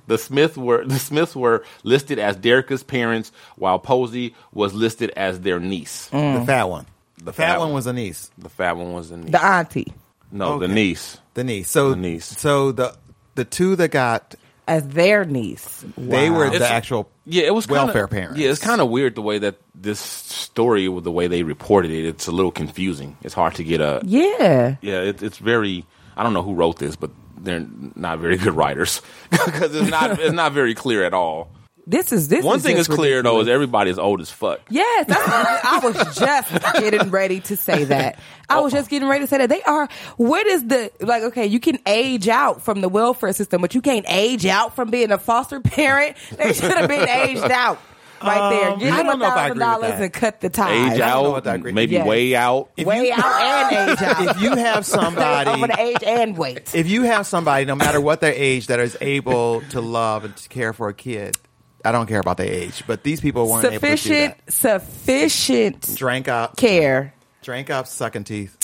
the Smith were the Smiths were listed as Derica's parents, while Posey was listed as their niece. Mm. The fat one. The fat one was a niece. The fat one was a niece. the auntie. no, the Okay. niece. The niece. So the niece. So the the two that got as their niece, they were the It's- actual yeah, it was kinda- welfare parents. Yeah, it's kind of weird the way that this story, with the way they reported it, it's a little confusing. It's hard to get a Yeah. yeah. It, it's very I don't know who wrote this, but they're not very good writers because it's not it's not very clear at all. This is this. One is thing is just clear though is ridiculous. everybody is old as fuck. Yes, that's I was just getting ready to say that. I was just getting ready to say that they are. What is the like? Okay, you can age out from the welfare system, but you can't age out from being a foster parent. They should have been aged out. right there. Um, Give I him a don't know if I thousand agree with dollars that. and cut the ties. Age out, maybe Yes. way out. Way out and age out. if you have somebody over the age and weight. if you have somebody, no matter what their age, that is able to love and to care for a kid, I don't care about their age, but these people weren't able to do Sufficient, that. sufficient Drank up, care. drank up, sucking teeth.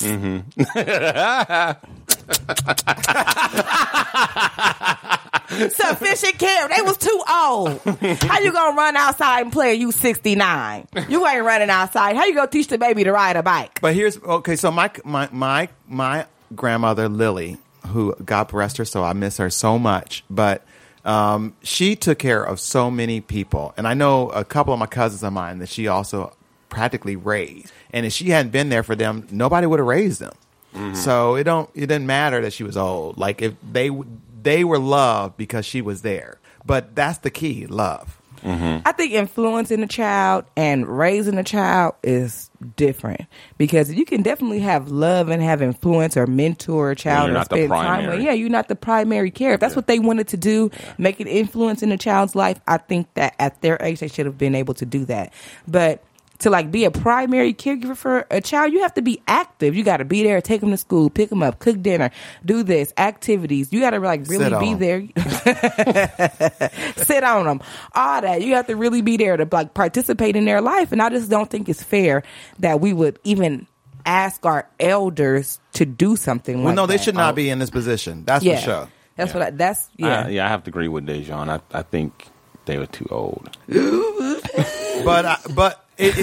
Sufficient care. They was too old. How you gonna run outside and play? You sixty nine. You ain't running outside. How you gonna teach the baby to ride a bike? But here's okay. So my my my my grandmother Lily, who God bless her, so I miss her so much. But um, she took care of so many people, and I know a couple of my cousins of mine that she also practically raised. And if she hadn't been there for them, nobody would have raised them. Mm-hmm. So it don't it didn't matter that she was old. Like if they w- they were loved because she was there. But that's the key, love. Mm-hmm. I think influencing a child and raising a child is different because you can definitely have love and have influence or mentor a child you're and not the spend time primary. with. Yeah, you're not the primary care. If that's what they wanted to do, make an influence in a child's life, I think that at their age they should have been able to do that. But to like be a primary caregiver for a child, you have to be active. You got to be there, take them to school, pick them up, cook dinner, do this, activities. You got to like really Sit be on 'em. there sit on them, all that. You have to really be there to like participate in their life. And I just don't think it's fair that we would even ask our elders to do something. Well, like no, they that. Oh. should not be in this position. That's Yeah, for sure. that's what. I, that's yeah. I, Uh, yeah, I have to agree with Dejan. I, I think they were too old. but I, but it,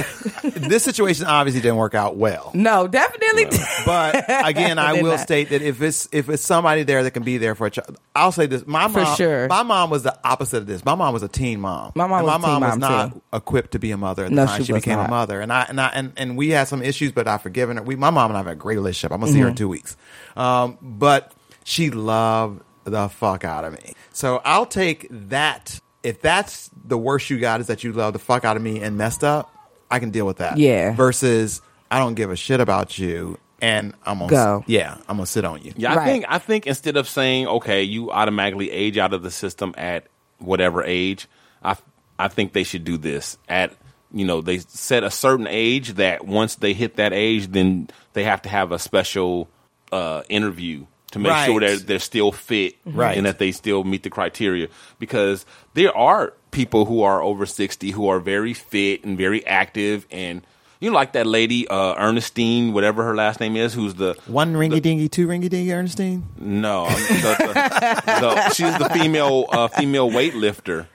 it, this situation obviously didn't work out well. No, definitely. But again, I Did will not. state that if it's if it's somebody there that can be there for a child, I'll say this: my For mom, sure. my mom was the opposite of this. My mom was a teen mom. My mom And was a my teen mom mom, was not too. equipped to be a mother at the No, time she she, was became not. a mother. And I and I and, and we had some issues, but I've forgiven her. We, my mom and I have a great relationship. I'm gonna Mm-hmm. see her in two weeks. Um, but she loved the fuck out of me. So I'll take that. If that's the worst you got is that you love the fuck out of me and messed up, I can deal with that. Yeah. Versus I don't give a shit about you and I'm gonna Go. Yeah, I'm gonna sit on you. Yeah, I Right. think I think instead of saying okay, you automatically age out of the system at whatever age, I I think they should do this at you know they set a certain age that once they hit that age, then they have to have a special uh, interview to make sure Right. they're they're still fit Right. and that they still meet the criteria because there are people who are over 60 who are very fit and very active and you know, like that lady uh, Ernestine whatever her last name is who's the One ringy dingy, two ringy dingy, Ernestine. no, I'm- the, the, the, she's the female uh, female weightlifter. The-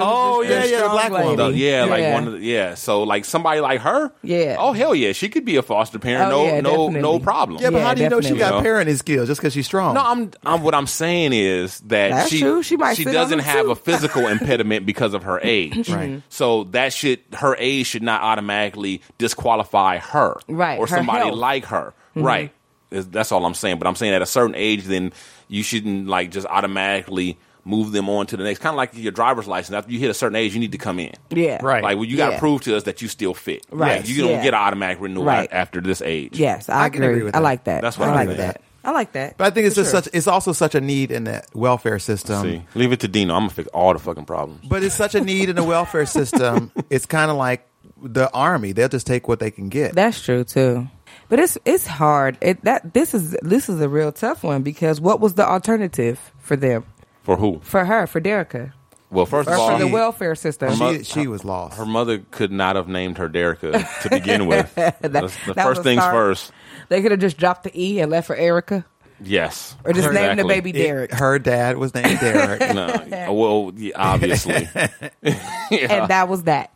Oh, the yeah, yeah, the strong black one. The- lady. yeah, like one of the, yeah. So like somebody like her. Yeah. Oh hell yeah, she could be a foster parent. Oh, no yeah, no no definitely. problem. Yeah, but Yeah, how do you know she definitely. got Yeah. parenting skills just because she's strong? No, I'm, I'm. What I'm saying is that That's she true. She might sit on doesn't them, have too. Mm-hmm. a physical impediment because of her age. Right. So that should her age should not automatically disqualify her. Right, Or her somebody health. Mm-hmm. like her. Right. Is- That's all I'm saying. But I'm saying at a certain age, then you shouldn't like just automatically move them on to the next. Kind of like your driver's license. After you hit a certain age, you need to come in. Yeah. Right. Like well, you got to Yeah. prove to us that you still fit. Right. Like, you don't Yeah. get an automatic renewal Right. a- after this age. Yes, I, I can agree. agree with I that. like that. That's what I I like think. that. I like that. But I think it's For just sure. such it's also such a need in the welfare system. See, leave it to Dino. I'm gonna fix all the fucking problems. But it's such a need in the welfare system. It's kind of like the army; they'll just take what they can get. That's true too. But it's it's hard. It that this is this is a real tough one because what was the alternative for them? For who? For her, for Derrica. Well, first Or of for all, the she- welfare system. she, she was lost. her mother could not have named her Derica to begin with. That's the that was first a things start. first. They could have just dropped the E and left for Erica. Yes. Or just named the Exactly. baby It- Derek. her dad was named Derek. No. Well, yeah, obviously. And that was that.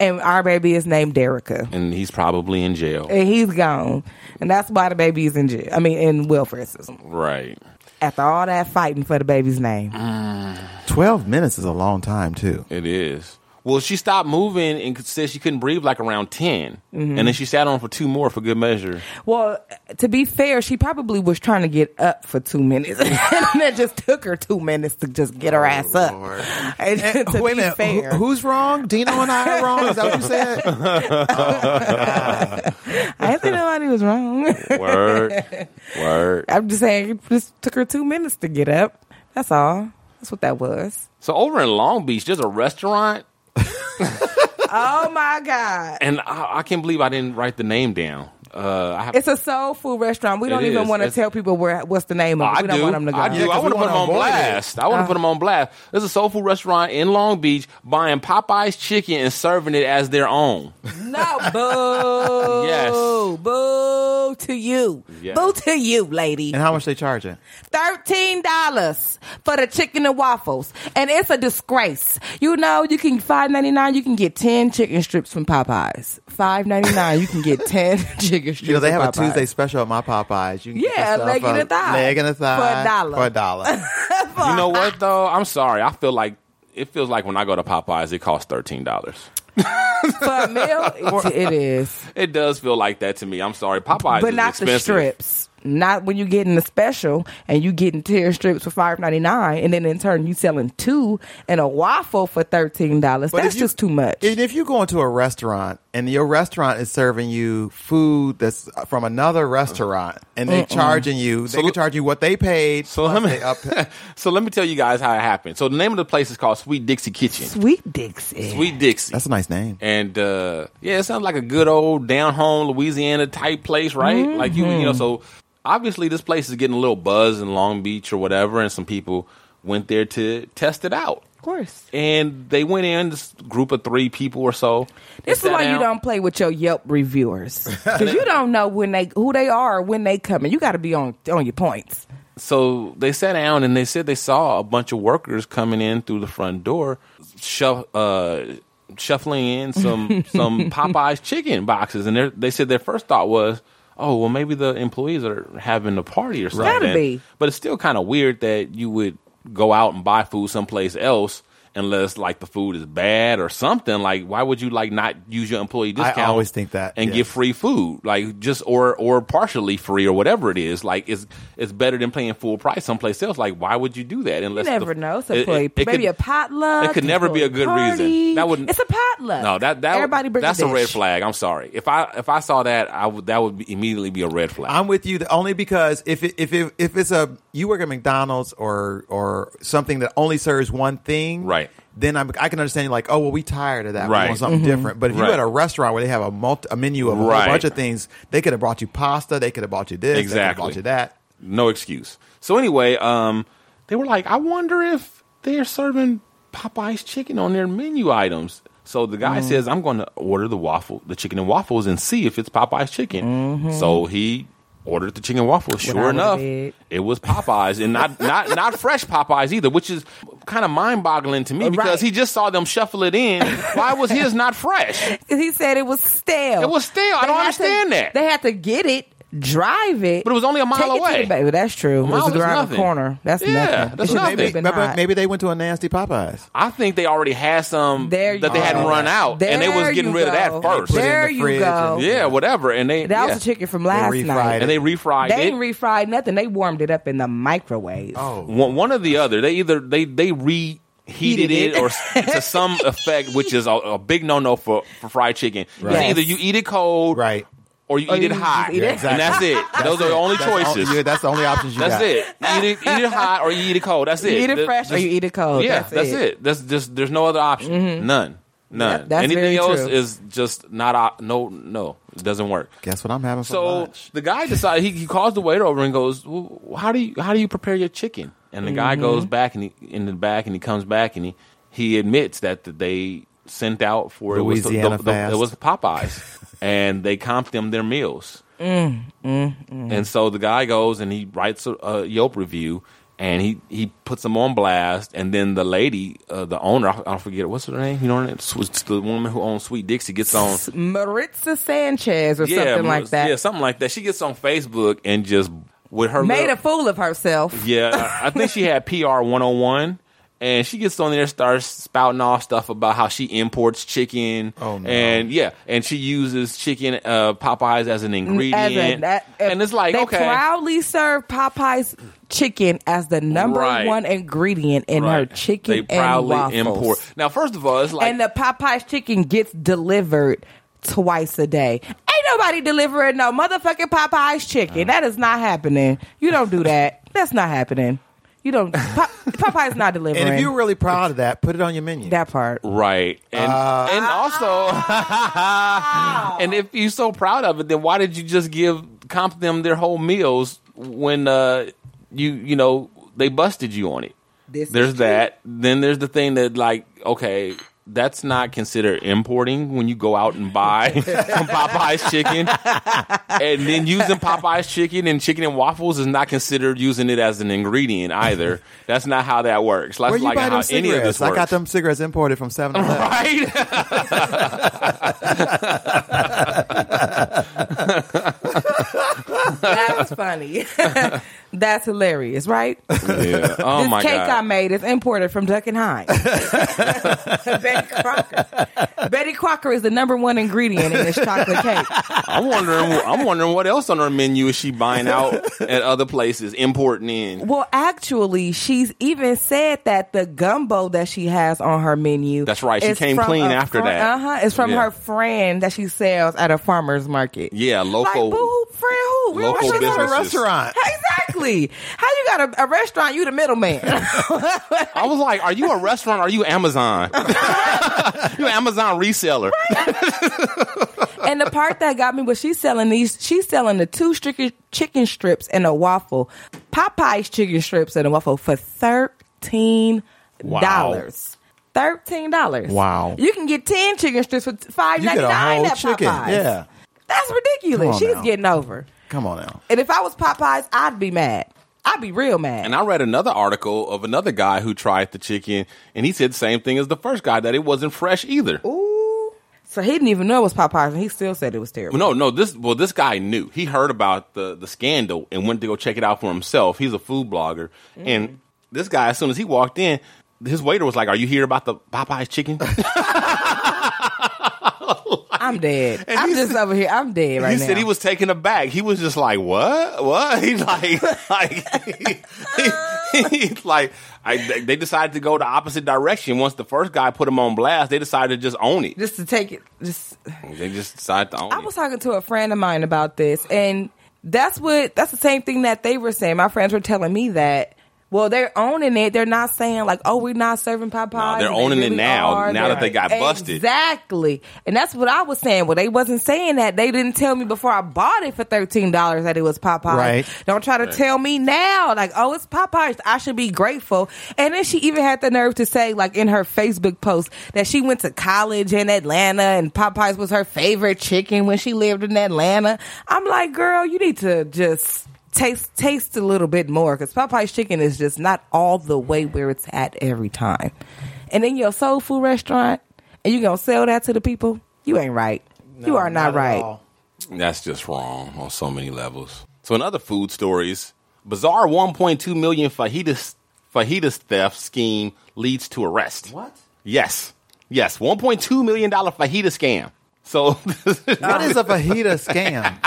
and our baby is named Derica. and he's probably in jail. And he's gone. And that's why the baby is in jail. I mean in welfare system. Right. After all that fighting for the baby's name. Mm-hmm. Twelve minutes is a long time too. It is. Well, she stopped moving and could- said she couldn't breathe like around 10. Mm-hmm. And then she sat on for two more for good measure. Well, to be fair, she probably was trying to get up for two minutes, and it just took her two minutes to just get her ass up. And, to Oh, be Wait a minute, fair, who- who's wrong? Dino and I are wrong. Is that what you said? I didn't think nobody was wrong. Word. Word. I'm just saying, it just took her two minutes to get up. That's all. That's what that was. So over in Long Beach, there's a restaurant oh my god! And I, I can't believe I didn't write the name down. Uh, I have, It's a soul food restaurant. We It don't even is. want to It's- tell people where what's the name of it. I We don't do. want them to go. Uh-huh. I do. I want to put them on blast. I want to put them on blast. There's a soul food restaurant in Long Beach buying Popeye's chicken and serving it as their own. No, boo. Yes. Boo to you. Yeah. Boo to you, lady. And how much they charge it? Thirteen dollars for the chicken and waffles, and it's a disgrace. You know, you can five ninety nine. You can get ten chicken strips from Popeyes. Five ninety nine. You can get ten chicken strips. You know, they from have a Popeyes. Tuesday special at my Popeyes. You can get Yeah, yourself leg and a thigh. Leg and a thigh. For a dollar. For a dollar. You know what though? I'm sorry. I feel like it feels like when I go to Popeyes, it costs thirteen dollars. for a meal. It, it is, It does feel like that to me. I'm sorry, Popeyes, but is not expensive. the strips. Not when you getting the special and you getting ten strips for five ninety nine, and then in turn you selling two and a waffle for thirteen dollars. But if That's you- just too much. And if you go into a restaurant and your restaurant is serving you food that's from another restaurant and they're Mm-mm. charging you, they can charge you what they paid. So let me up. So let me tell you guys how it happened. So the name of the place is called Sweet Dixie Kitchen. Sweet Dixie. Sweet Dixie. That's a nice name. And uh, yeah, it sounds like a good old down home Louisiana type place, right? Like you, you know. Mm-hmm. So obviously, this place is getting a little buzz in Long Beach or whatever, and some people went there to test it out. of course. And they went in this group of three people or so. They This is sat why you down. don't play with your Yelp reviewers because you don't know when they who they are or when they coming. You got to be on on your points. So they sat down and they said they saw a bunch of workers coming in through the front door, shuff, uh, shuffling in some some Popeyes chicken boxes, and they're- they said their first thought was, "Oh, well, maybe the employees are having a party or something." Gotta be. But it's still kind of weird that you would go out and buy food someplace else. Unless like the food is bad or something, like why would you like not use your employee I discount? always think that. and yeah. get free food, like just or or partially free or whatever it is. Like it's it's better than paying full price someplace else. Like why would you do that? You Unless never the- know. It's a it- play, it- it maybe could- a potluck. It could never be a good reason. That would It's a potluck. no that that everybody brings that's a, red dish. flag. I'm sorry if I if I saw that I would that would be, immediately be a red flag. I'm with you th- only because if it, if it, if it's a you work at McDonald's or or something that only serves one thing, Right. Then I'm, I can understand you're like, oh well, we tired of that. Right. We want something Mhm. Mm-hmm. different. But if Right. you're at a restaurant where they have a multi, a menu of a Right. whole bunch of things, they could have brought you pasta, they could have brought you this, Exactly. they could have brought you that. no excuse. So anyway, um, they were like, I wonder if they're serving Popeye's chicken on their menu items. So the Mm. guy says, I'm going to order the waffle, the chicken and waffles, and see if it's Popeye's chicken. Mm-hmm. So he ordered the chicken and waffles. I Sure would've enough, did. it was Popeye's, and not not not fresh Popeye's either, which is kind of mind boggling to me because Right. he just saw them shuffle it in. Why was his not fresh? 'Cause He said it was stale. It was stale. I They don't had understand to, that. They had to get it, drive it, But it was only a mile take it to away. the ba- well, that's true. mile it was is around nothing. the corner. That's Yeah, nothing. that's it should have nothing. been Maybe, hot. maybe they went to a nasty Popeyes. I think they already had some There you that they hadn't go. run out, and they There was getting you rid of that go. first. Put it in There the you fridge go. and- Yeah, whatever. And they That yeah. was the chicken from last refried night. it. and they refried They it. Oh, didn't refried nothing. They warmed it up in the microwave. one, one or the other. They either they they reheated Heated it, it. or s- to some effect, which is a, a big no no for, for fried chicken. It's Right. Either you eat it cold, Oh, Right. or you Or eat you it just hot, eat it. and that's it. Those are the only That's the choices. on- yeah, that's the only options you That's got. it. You Eat it, eat it hot or you eat it cold. That's it. You eat it Th- fresh or just- you eat it cold. Yeah, Oh, that's, it. That's just there's no other option. None. None. Yep, that's Anything very else true. is just not op- no no. It doesn't work. Guess what I'm having for So lunch? the guy decided he, he calls the waiter over and goes, well, "How do you how do you prepare your chicken?" And the Mm-hmm. guy goes back and he, in the back and he comes back and he he admits that that they sent out for it Louisiana was the- the- fast. it was Popeyes and they comped them their meals. And so the guy goes and he writes a, a Yelp review and he, he puts them on blast. And then the lady, uh, the owner, I, I forget what's her name. You know, her name? It's- it's the woman who owns Sweet Dixie gets on. Maritza Sanchez or something like that. Yeah, something like that. She gets on Facebook and just with her Made little- a fool of herself. yeah, I- I think she had PR 101. And she gets on there, and starts spouting off stuff about how she imports chicken. Oh, no. And yeah, and she uses chicken uh, Popeyes as an ingredient. As a- that- and it's like they okay, proudly serve Popeye's chicken as the number Right. one ingredient in her Right. chicken They proudly and waffles. import. Now, first of all, it's like and the Popeye's chicken gets delivered twice a day. Ain't nobody delivering no motherfucking Popeye's chicken. that is not happening. You don't do that. That's not happening. You don't. Pop, Popeye's not delivering. And if you're really proud of that, put it on your menu. That part. Right. And Uh, and Ah. also and if you're so proud of it, then why did you just give comp them their whole meals when uh you you know they busted you on it? This is there's true. that. Then there's the thing that like, okay, that's not considered importing when you go out and buy some Popeye's chicken. and then using Popeye's chicken and chicken and waffles is not considered using it as an ingredient either. That's not how that works. That's Where you like buy how them any of cigarettes? this I works. got them cigarettes imported from 7 Right? That's funny. That's hilarious, right? Yeah. Oh this my cake god. I made is imported from Duck and Hines. Betty Crocker. Betty Crocker is the number one ingredient in this chocolate cake. I'm wondering. I'm wondering what else on her menu is she buying out at other places, importing in. Well, actually, she's even said that the gumbo that she has on her menu. That's right. She came clean after that. Uh huh. It's from Yeah. her friend that she sells at a farmer's market. Yeah, local. Like, boo, friend who? We don't Local want you to go to a businesses. restaurant. Exactly. How you got a, a restaurant? You the middleman. I was like, "Are you a restaurant? Or are you Amazon? you an Amazon reseller? and the part that got me was she's selling these. She's selling the two stricken chicken strips and a waffle, Popeye's chicken strips and a waffle for thirteen dollars. Thirteen dollars. Wow. You can get ten chicken strips for five You ninety get a nine whole at chicken. Popeyes. Yeah. that's Come ridiculous. on She's now. getting over. Come on now. And if I was Popeyes, I'd be mad. I'd be real mad. And I read another article of another guy who tried the chicken, and he said the same thing as the first guy that it wasn't fresh either. Ooh. So he didn't even know it was Popeyes, and he still said it was terrible. No, no. This well, this guy knew. He heard about the the scandal and went to go check it out for himself. He's a food blogger, Mm. and this guy, as soon as he walked in, his waiter was like, "Are you here about the Popeye's chicken?" I'm dead. And I'm he just said- over here. I'm dead right he now. said he was taken aback. He was just like, "What? What?" He's like, like, he- he's like, I, they- they decided to go the opposite direction. Once the first guy put him on blast, they decided to just own it. just to take it. Just They just decided to own I was talking to a friend of mine about this, and that's what that's the same thing that they were saying. My friends were telling me that. Well, they're owning it. They're not saying like, "Oh, we're not serving Popeyes." they're and owning it really now, now that they got busted. Exactly, and that's what I was saying. Well, they wasn't saying that. They didn't tell me before I bought it for thirteen dollars that it was Popeyes. Right. Don't try to tell me now, like, "Oh, it's Popeyes." I should be grateful. And then she even had the nerve to say, like in her Facebook post, that she went to college in Atlanta and Popeyes was her favorite chicken when she lived in Atlanta. I'm like, girl, you need to just taste taste a little bit more because Popeyes chicken is just not all the way where it's at every time. And in your soul food restaurant, and you gonna sell that to the people? You ain't right. you are not, right. it. That's just wrong on so many levels. So, in other food stories, bizarre 1.2 million fajitas fajitas theft scheme leads to arrest. What? Yes, yes, 1.2 million dollar fajita scam. So, What is a fajita scam?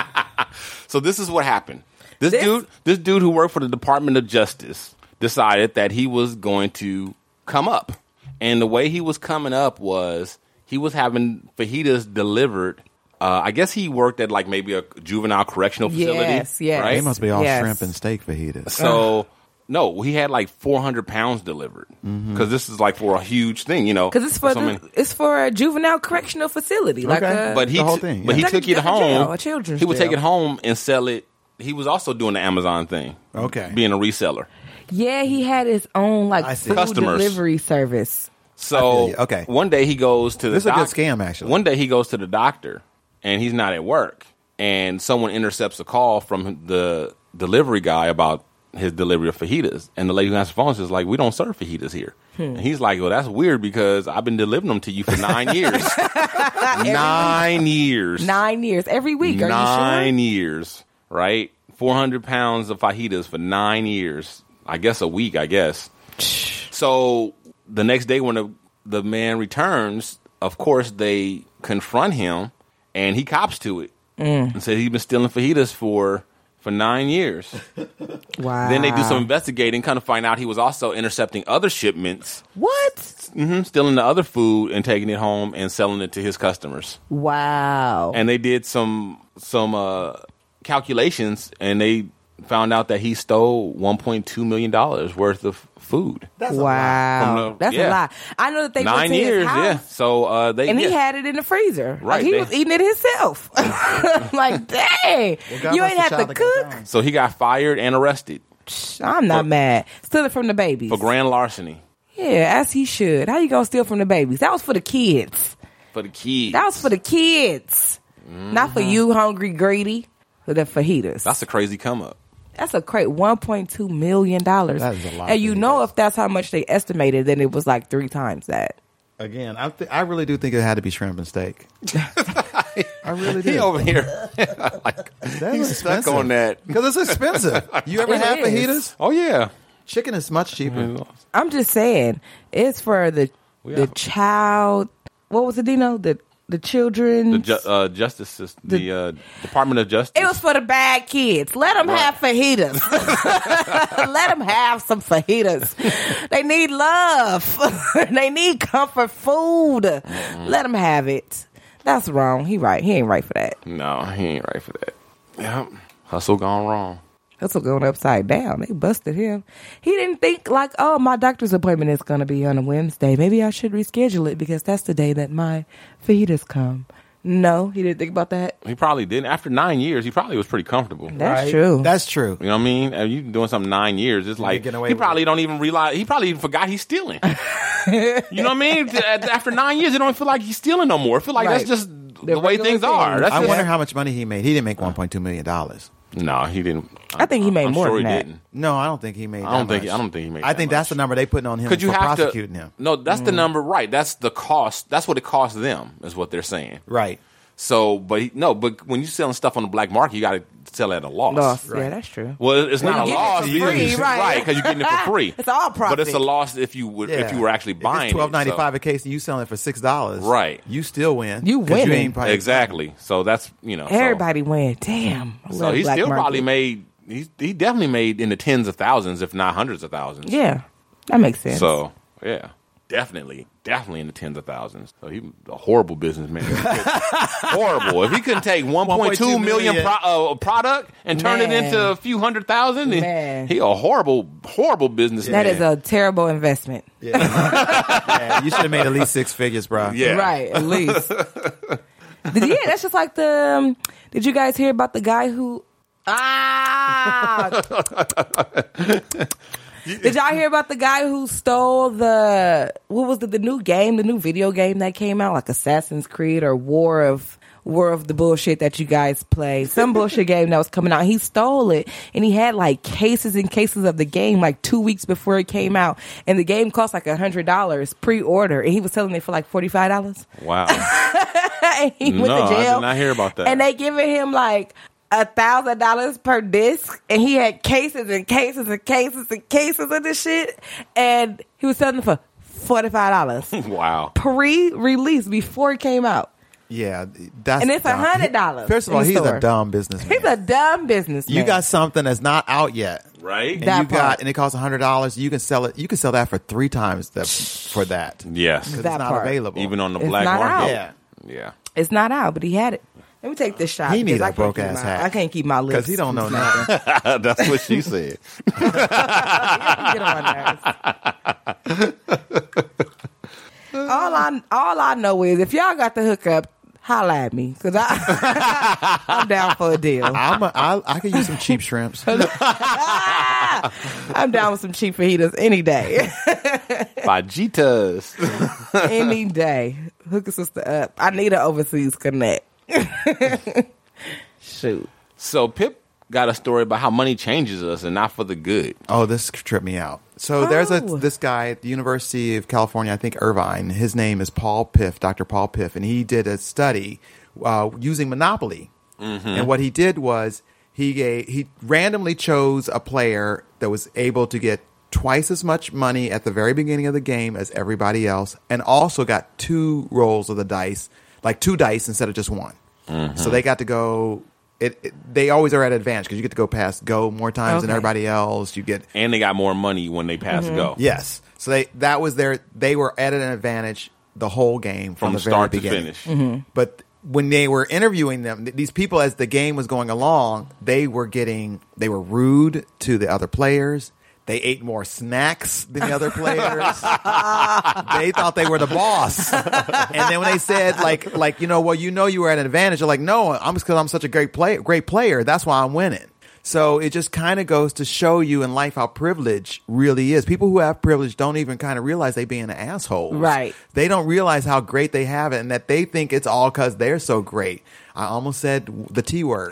So this is what happened. This, This- dude, this dude who worked for the Department of Justice decided that he was going to come up. And the way he was coming up was he was having fajitas delivered. Uh, I guess he worked at like maybe a juvenile correctional facility. Yes, yes. Right? They must be all Yes. shrimp and steak fajitas. So no, he had like 400 pounds delivered because Mm-hmm. this is like for a huge thing, you know. Because it's for so the, many- it's for a juvenile correctional facility, like uh, Okay. a, but he The whole t- thing, but yeah. he Like a- took it like a home. jail, a children's he would take jail. it home and sell it. He was also doing the Amazon thing. Okay. being a reseller. yeah, he had his own I like see. food Customers. delivery service. I feel So you. Okay. one day he goes to the This is a doc- good scam, actually. One day he goes to the doctor and he's not at work, and someone intercepts a call from the delivery guy about his delivery of fajitas, and the lady who answers the phone is just like, "We don't serve fajitas here." And he's like, "Well, that's weird because I've been delivering them to you for nine years, nine years, Nine years every week. Are nine you years, right? Four hundred pounds of fajitas for nine years. I guess a week. I guess. So the next day, when the the man returns, of course they confront him, and he cops to it Mm. and said he's been stealing fajitas for for nine years. sure? Wow. Then they do some investigating, kind of find out he was also intercepting other shipments, what? hmm stealing the other food and taking it home and selling it to his customers Wow. and they did some some uh, calculations, and they found out that he stole 1.2 million dollars worth of food. wow. From the- That's yeah. a lot. I know that they went Nine to his years, house, yeah. So uh, they and yeah. he had it in the freezer. Right, Like he they- was eating it himself. I'm like, dang, God you bless ain't the have child to that got cook. So he got fired and arrested I'm not mad. Stealing from the babies. for grand larceny yeah, as he should. How you gonna steal from the babies? That was for the kids. for the kids. That was for the kids, not for you, hungry, greedy. But that fajitas. Mm-hmm. That's a crazy come up. That's a great one point two million dollars. That is a lot And you of know, if that's how much they estimated, then it was like three times that. Again, I th- I really do think it had to be shrimp and steak. I really do. He over here That's he's stuck on that. because it's expensive. You ever It had is. fajitas? Oh yeah. Chicken is much Mm. cheaper. I'm just saying, it's for the We the have- child. What was it, Dino? The the children. The ju- uh, justice system, the, uh, Department of Justice. it was for the bad kids. Let them have fajitas. Let them have some fajitas. they need love. they need comfort food. Mm-hmm. Let them have it. That's wrong. He right. He ain't right for that. no, he ain't right for that. Yep. Hustle gone wrong. That's what going upside down. They busted him. He didn't think like, oh, my doctor's appointment is gonna be on a Wednesday. Maybe I should reschedule it because that's the day that my fajitas come. No, he didn't think about that. He probably didn't. After nine years, he probably was pretty comfortable. That's Right. true. That's true. You know what I mean? Uh, You doing something nine years? It's like getting away he with probably it. don't even realize. He probably even forgot he's stealing. you know what I mean? A- After nine years, it don't feel like he's stealing no more. I feel like that's Right. just the, The way regular things are. thing. That's I just, wonder how much money he made. He didn't make 1.2 million dollars. No, he didn't. I think he made I'm more sure than he that. Didn't. No, I don't think he made. I don't that think- much. I don't think he made I that think much. that's the number they putting on him Could you for have prosecuting to? him. No, that's Mm. the number. Right. That's the cost. That's what it cost them. Is what they're saying. Right. So, but he- no, but when you're selling stuff on the black market, you got to sell at a loss. Loss. Yeah, that's true. Well, it's not a you get it loss, for free, right. Right, because you're getting it for free. It's all But it's a profit. loss if you would if you were actually buying it, so- twelve ninety five a case and you selling it for six dollars, Right. You still win. You 'cause winning. ain't probably- Exactly. So that's you know so- Everybody went. Damn. I So, love he black still market. probably made he he definitely made in the tens of thousands, if not hundreds of thousands. Yeah, that makes sense. So yeah, definitely, definitely in the tens of thousands. So he a horrible businessman. horrible. If he couldn't take one point two 1.2 million, million pro, uh, product and turn it Man. into a few hundred thousand, then Man. he a horrible, horrible businessman. that is a terrible investment. Yeah, you should have made at least six figures, bro. Yeah. Right, at least. Did- yeah, that's just like the. Um, did you guys hear about the guy who? Ah! did y'all hear about the guy who stole the what was the the new game, the new video game that came out, like Assassin's Creed or War of War of the bullshit that you guys play, some bullshit game that was coming out. He stole it, and he had like cases and cases of the game like two weeks before it came out, and the game cost like a hundred dollars pre-order, and he was selling it for like forty five dollars Wow. and he went No, I to did jail. not hear about that. And they giving him like a thousand dollars per disc, and he had cases and cases and cases and cases of this shit, and he was selling it for forty five dollars wow. pre-release before it came out. Yeah, that's And it's dumb. $100 First of in all, the he's store. a dumb businessman. He's a dumb businessman. you got something that's not out yet, Right? and That you part. got and it costs hundred dollars. You can sell it. You can sell that for three times the, for that. yes. 'Cause That it's not part. available. Even on the It's black not market. out. Yeah. Yeah. it's not out, but he had it. Let me take this shot. He because needs I a can't broke keep ass my- hat. I can't keep my lips because he don't know nothing. That's what she said. Get on my nerves. all I all I know is if y'all got the hookup, holla at me because I I'm down for a deal. I'm a, I, I could use some cheap shrimps. I'm down with some cheap fajitas any day, Fajitas. any day. Hook a sister up. I need an overseas connect. Shoot, So Pip got a story about how money changes us and not for the good. Oh, this tripped me out. So there's a Oh. this guy at the University of California, I think Irvine. His name is Paul Piff, Dr. Paul Piff, and he did a study uh, using Monopoly. And what he did was he gave, he randomly chose a player that was able to get twice as much money at the very beginning of the game as everybody else, and also got two rolls of the dice, like two dice instead of just one. So they got to go. It, it, they always are at advantage because you get to go past go more times than Okay. everybody else. You get And they got more money when they pass go. Yes. So they that was their they were at an advantage the whole game from, From the start very to beginning. Mm-hmm. finish. But when they were interviewing them, th- these people, as the game was going along, they were getting they were rude to the other players. They ate more snacks than the other players. they thought they were the boss. And then when they said like like you know well you know you were at an advantage, they're like no I'm just because I'm such a great play great player that's why I'm winning. So it just kind of goes to show you in life how privilege really is. People who have privilege don't even kind of realize they being an asshole. Right. They don't realize how great they have it and that they think it's all because they're so great. I almost said w- the T word.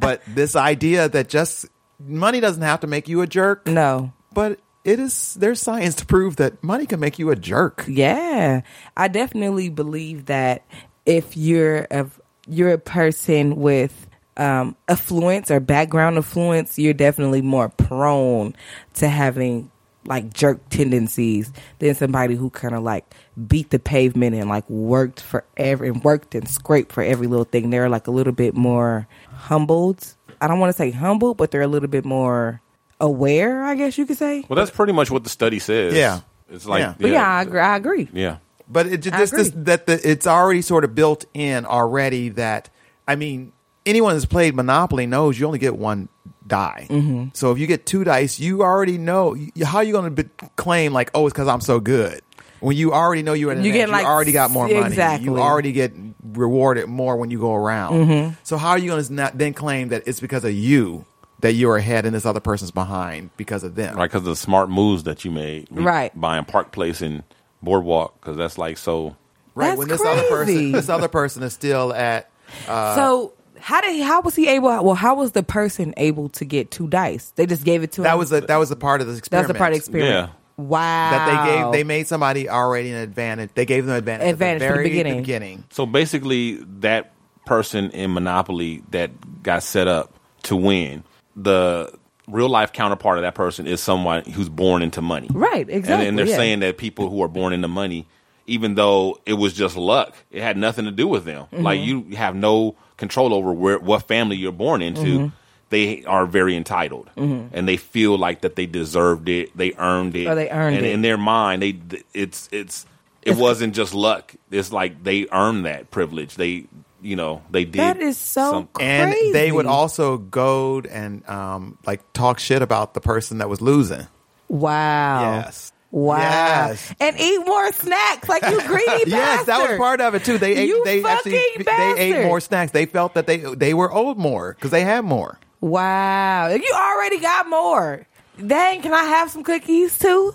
but this idea that just money doesn't have to make you a jerk. No. But it is, there's science to prove that money can make you a jerk. Yeah, I definitely believe that if you're a you're a person with um, affluence or background affluence, you're definitely more prone to having like jerk tendencies than somebody who kind of like beat the pavement and like worked for every and worked and scraped for every little thing. They're like a little bit more humbled. I don't want to say humble, but they're a little bit more aware. I guess you could say. Well, that's pretty much what the study says. Yeah. It's like, Yeah. yeah. But yeah, I agree. I agree. Yeah. But it, ju- I just this, agree. that the, it's already sort of built in already that I mean anyone that's played Monopoly knows you only get one die. Mm-hmm. So if you get two dice, you already know you, how you going to be- claim like oh it's because I'm so good. When you already know you're at an You get, edge, like, you already got more money. exactly. You already get rewarded more when you go around. Mm-hmm. So how are you going to then claim that it's because of you that you're ahead and this other person's behind because of them? Right, because the smart moves that you made, We- Right. Buying Park Place and Boardwalk, because that's like so. Right, That's when this other person crazy. this other person is still at so how did he- how was he able? Well, how was the person able to get two dice? They just gave it to him. That was a that was a part of the that's experiment. the part of the experiment. Yeah. Wow. that they gave. They made somebody already an advantage. They gave them advantage. Advantage at from the the very beginning. So basically, that person in Monopoly that got set up to win, the real life counterpart of that person is someone who's born into money. right. Exactly. And, and they're yeah. saying that people who are born into money, even though it was just luck, it had nothing to do with them. Mm-hmm. Like you have no control over where what family you're born into. Mm-hmm. They are very entitled, and they feel like that they deserved it, they earned it, Or they earned and it. In their mind, they th- it's it's it wasn't just luck. It's like they earned that privilege. They you know they did. That is so crazy. And they would Crazy. also goad and um, like talk shit about the person that was losing. wow. Yes. Oh. Wow. Yes. And eat more snacks like you greedy Yes, that was bastard. part of it too. They ate, You they actually fucking they ate bastard. more snacks. They felt that they they were owed more because they had more. Wow. You already got more. Dang, can I have some cookies too?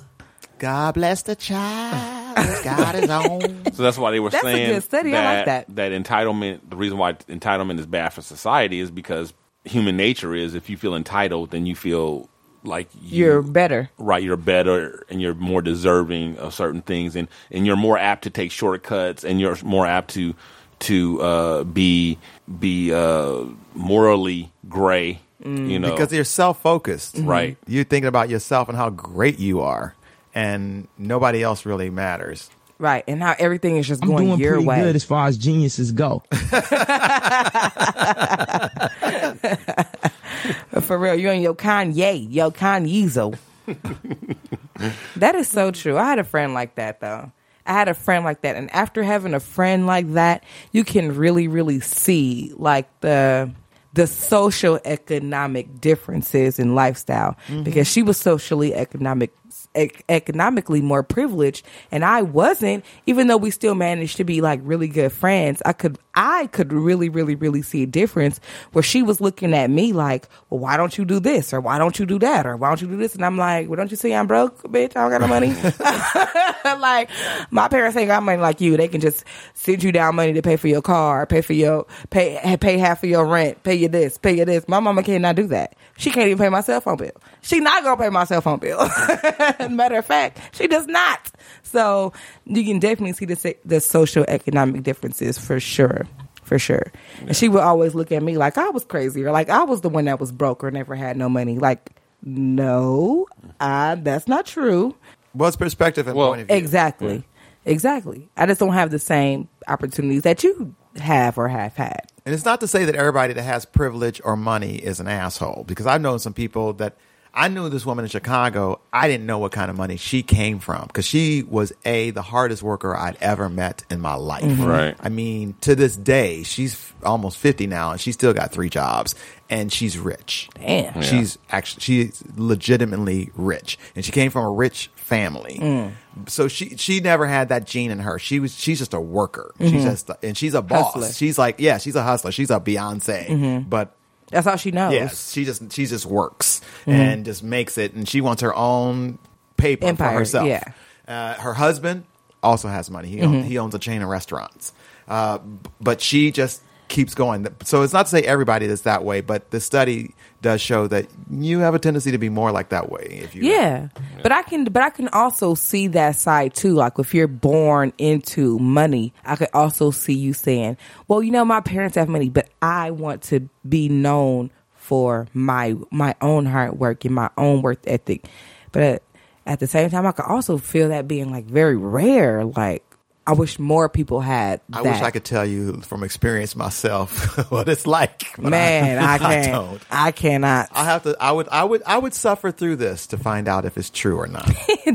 God bless the child. who's Got his own. So that's why they were That's a saying good study. I like that. entitlement. The reason why entitlement is bad for society is because human nature is if you feel entitled, then you feel like you, You're better. right. You're better and you're more deserving of certain things, and and you're more apt to take shortcuts, and you're more apt to to uh, be be uh, morally gray. Mm. You know, because you're self focused, Mm-hmm. Right. You're thinking about yourself and how great you are, and nobody else really matters. Right. And how everything is just I'm going doing your pretty way. good as far as geniuses go. For real, you and your Kanye, your Kanyezo. that is so true. I had a friend like that though. I had a friend like that, and after having a friend like that, you can really, really see like the the social economic differences in lifestyle because she was socially economic ec- economically more privileged and I wasn't even though we still managed to be like really good friends I could I could really really really see a difference where she was looking at me like well why don't you do this or why don't you do that or why don't you do this and I'm like well don't you see I'm broke bitch I don't got no money like my parents ain't got money like you they can just send you down money to pay for your car pay for your pay pay half of your rent pay you this pay you this my mama cannot do that she can't even pay my cell phone bill she not gonna pay my cell phone bill matter of fact she does not so you can definitely see the se- the social economic differences for sure for sure and she would always look at me like i was crazy or like i was the one that was broke or never had no money like no I, that's not true What's perspective and Well, point of view? Exactly. Exactly. I just don't have the same opportunities that you have or have had. And it's not to say that everybody that has privilege or money is an asshole, because I've known some people that I knew this woman in Chicago. I didn't know what kind of money she came from because she was a the hardest worker I'd ever met in my life. Mhm. Right. I mean, to this day, she's f- almost fifty now, and she's still got three jobs, and she's rich. Damn. Yeah. She's actually she's legitimately rich, and she came from a rich family. Mm. So she she never had that gene in her. She was she's just a worker. She's Mhm. just a- and she's a boss. Hustler. She's like yeah, she's a hustler. She's a Beyonce, Mhm. but That's all she knows. Yes, she just she just works Mhm. and just makes it, and she wants her own paper Empire, for herself. yeah. Uh, her husband also has money. He owns, Mhm. he owns a chain of restaurants, uh, b- but she just keeps going. So it's not to say everybody that's that way, but the study does show that you have a tendency to be more like that way if you Yeah. But I can but I can also see that side too. Like if you're born into money, I could also see you saying, Well, you know, my parents have money, but I want to be known for my my own hard work and my own work ethic. But at, at the same time I could also feel that being like very rare. Like I wish more people had I that. wish I could tell you from experience myself what it's like. but Man, I, can't. I, don't. cannot. I have to. I would. I would. I would suffer through this to find out if it's true or not.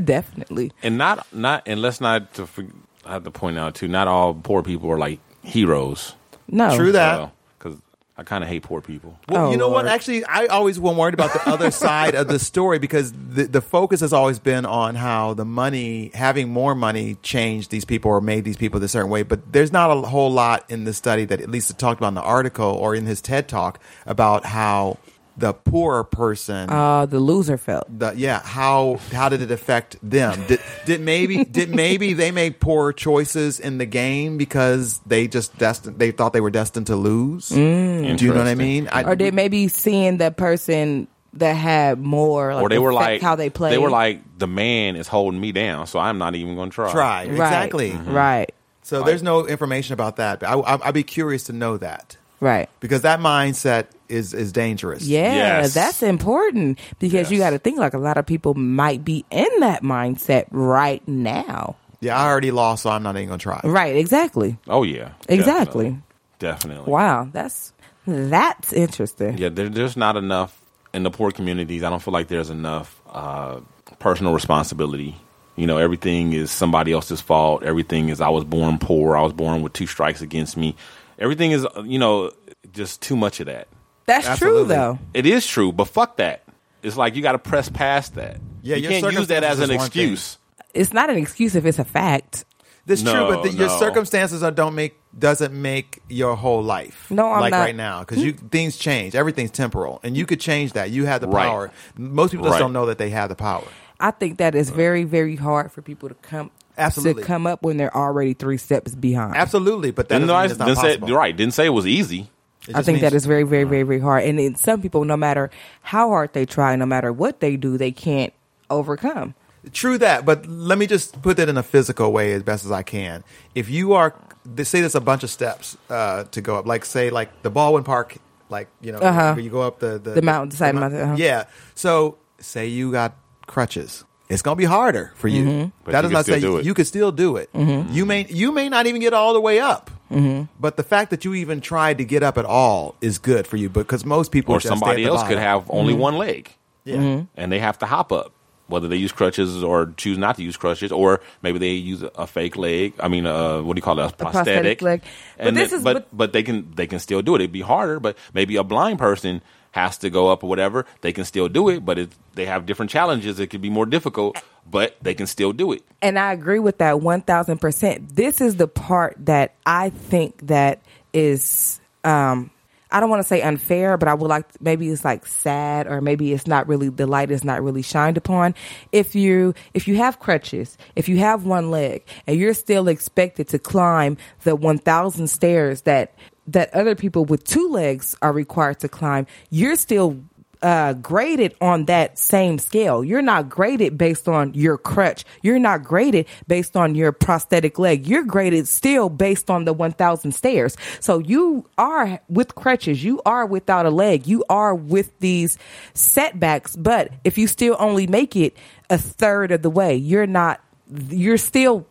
Definitely. and not not and let's not to, for- I have to point out too. Not all poor people are like heroes. No. True that. Because I kind of hate poor people. Well, Oh, you know what? what? Actually, I always was worried about the other side of the story because the, the focus has always been on how the money, having more money, changed these people or made these people this certain way. But there's not a whole lot in the study that at least it talked about in the article or in his TED talk about how the poorer person Uh the loser felt. the yeah how how did it affect them did did maybe did maybe they made poor choices in the game because they just destined they thought they were destined to lose Mm. do you know what i Interesting. mean I, or they maybe seeing the person that had more, like, or they were affect like how they played. They were like the man is holding me down, so I'm not even going to try. Try, Right. exactly. Mm-hmm. Mm-hmm. right, so there's no information about that but I, I, i'd be curious to know that right. because that mindset is is dangerous Yeah, that's important because you got to think like a lot of people might be in that mindset right now. yeah i already lost so i'm not even gonna try Right, exactly. Oh yeah, Exactly. definitely. Wow, that's that's interesting. Yeah, there, there's not enough in the poor communities. I don't feel like there's enough uh, personal responsibility. You know, everything is somebody else's fault. Everything is I was born poor. I was born with two strikes against me. Everything is you know just too much of that. That's true though. It is true, but fuck that. It's like you got to press past that. Yeah, you your can't use that as circumstances an is one thing. excuse. It's not an excuse if it's a fact. That's No, true, but the, your no. circumstances are, don't make doesn't make your whole life. No, I'm like not. right now because you things change. Everything's temporal, and you could change that. You have the Right. power. Most people just Right. don't know that they have the power. I think that is very very hard for people to come Absolutely. to come up when they're already three steps behind. Absolutely, but that Didn't, I- doesn't mean it's not didn't say, possible. right? Didn't say it was easy. I think that is very, very, very, very hard. And then some people, no matter how hard they try, no matter what they do, they can't overcome. True that, but let me just put that in a physical way as best as I can. If you are, they say there's a bunch of steps uh, to go up. Like say, like the Baldwin Park, like you know, Uh-huh. where you go up the the, The mountain, the side of mou- mountain, uh-huh. Yeah. So say you got crutches, it's gonna be harder for you. Mhm. But That you does can not still say do it. you could still do it. Mm-hmm. You may you may not even get all the way up. Mhm. But the fact that you even tried to get up at all is good for you because most Or people just stay at somebody the else could bottom. Mm-hmm. have only one leg. Yeah. Mm-hmm. and they have to hop up, whether they use crutches or choose not to use crutches, or maybe they use a fake leg. I mean, uh, what do you call it? A prosthetic, prosthetic leg. But And this then- is but what- but they can they can still do it. It'd be harder, but maybe a blind person has to go up or whatever. They can still do it, but it, they have different challenges. It could be more difficult, but they can still do it. And I agree with that 1000%. This is the part that I think that is um I don't want to say unfair, but I would like maybe it's like sad or maybe it's not really the light is not really shined upon. If you if you have crutches, if you have one leg and you're still expected to climb the 1000 stairs that that other people with two legs are required to climb, you're still uh, graded on that same scale. You're not graded based on your crutch. You're not graded based on your prosthetic leg. You're graded still based on the 1,000 stairs. So you are with crutches. You are without a leg. You are with these setbacks. But if you still only make it a third of the way, you're not, you're still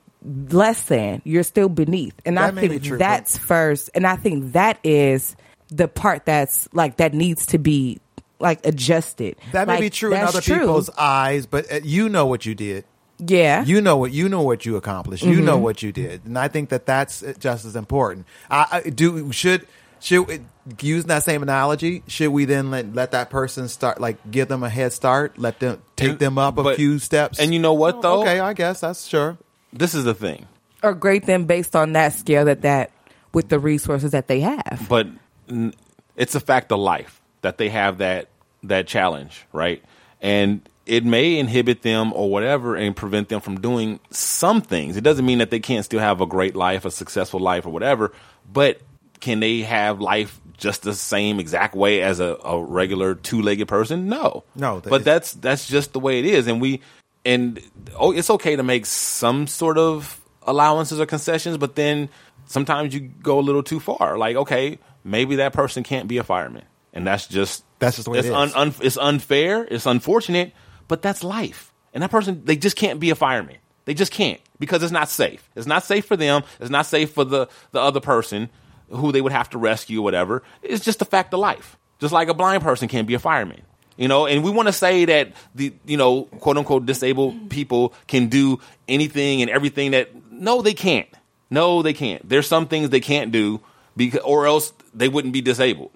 less than, you're still beneath. And That I may be think true, but- that's first. And I think that is the part that's like, that needs to be like adjusted. That may Like, be true in that's other people's eyes, but uh, you know what you did. Yeah. You know what you know what you accomplished. You know Mhm. what you did, and I think that that's uh, just as important. I, I do should should uh, using that same analogy. Should we then let let that person start like give them a head start, let them take them up a but- few steps? And you know what though? Oh, Okay, I guess that's sure. This is the thing. or grade them based on that scale that that with the resources that they have. but n- it's a fact of life that they have that that challenge, right? And it may inhibit them or whatever and prevent them from doing some things. It doesn't mean that they can't still have a great life, a successful life, or whatever. But can they have life just the same exact way as a, a regular two legged person? No, No, that But is- that's that's just the way it is, and we and oh, it's okay to make some sort of allowances or concessions, but then sometimes you go a little too far. Like, okay, maybe that person can't be a fireman, and that's just That's just the way it's it is. un- un- it's unfair, it's unfortunate, but that's life. And that person, they just can't be a fireman. They just can't because it's not safe. It's not safe for them. It's not safe for the the other person who they would have to rescue, whatever. It's just a fact of life. Just like a blind person can't be a fireman, you know. And we want to say that the you know quote unquote disabled people can do anything and everything that no, they can't. No, they can't. There's some things they can't do because, or else they wouldn't be disabled.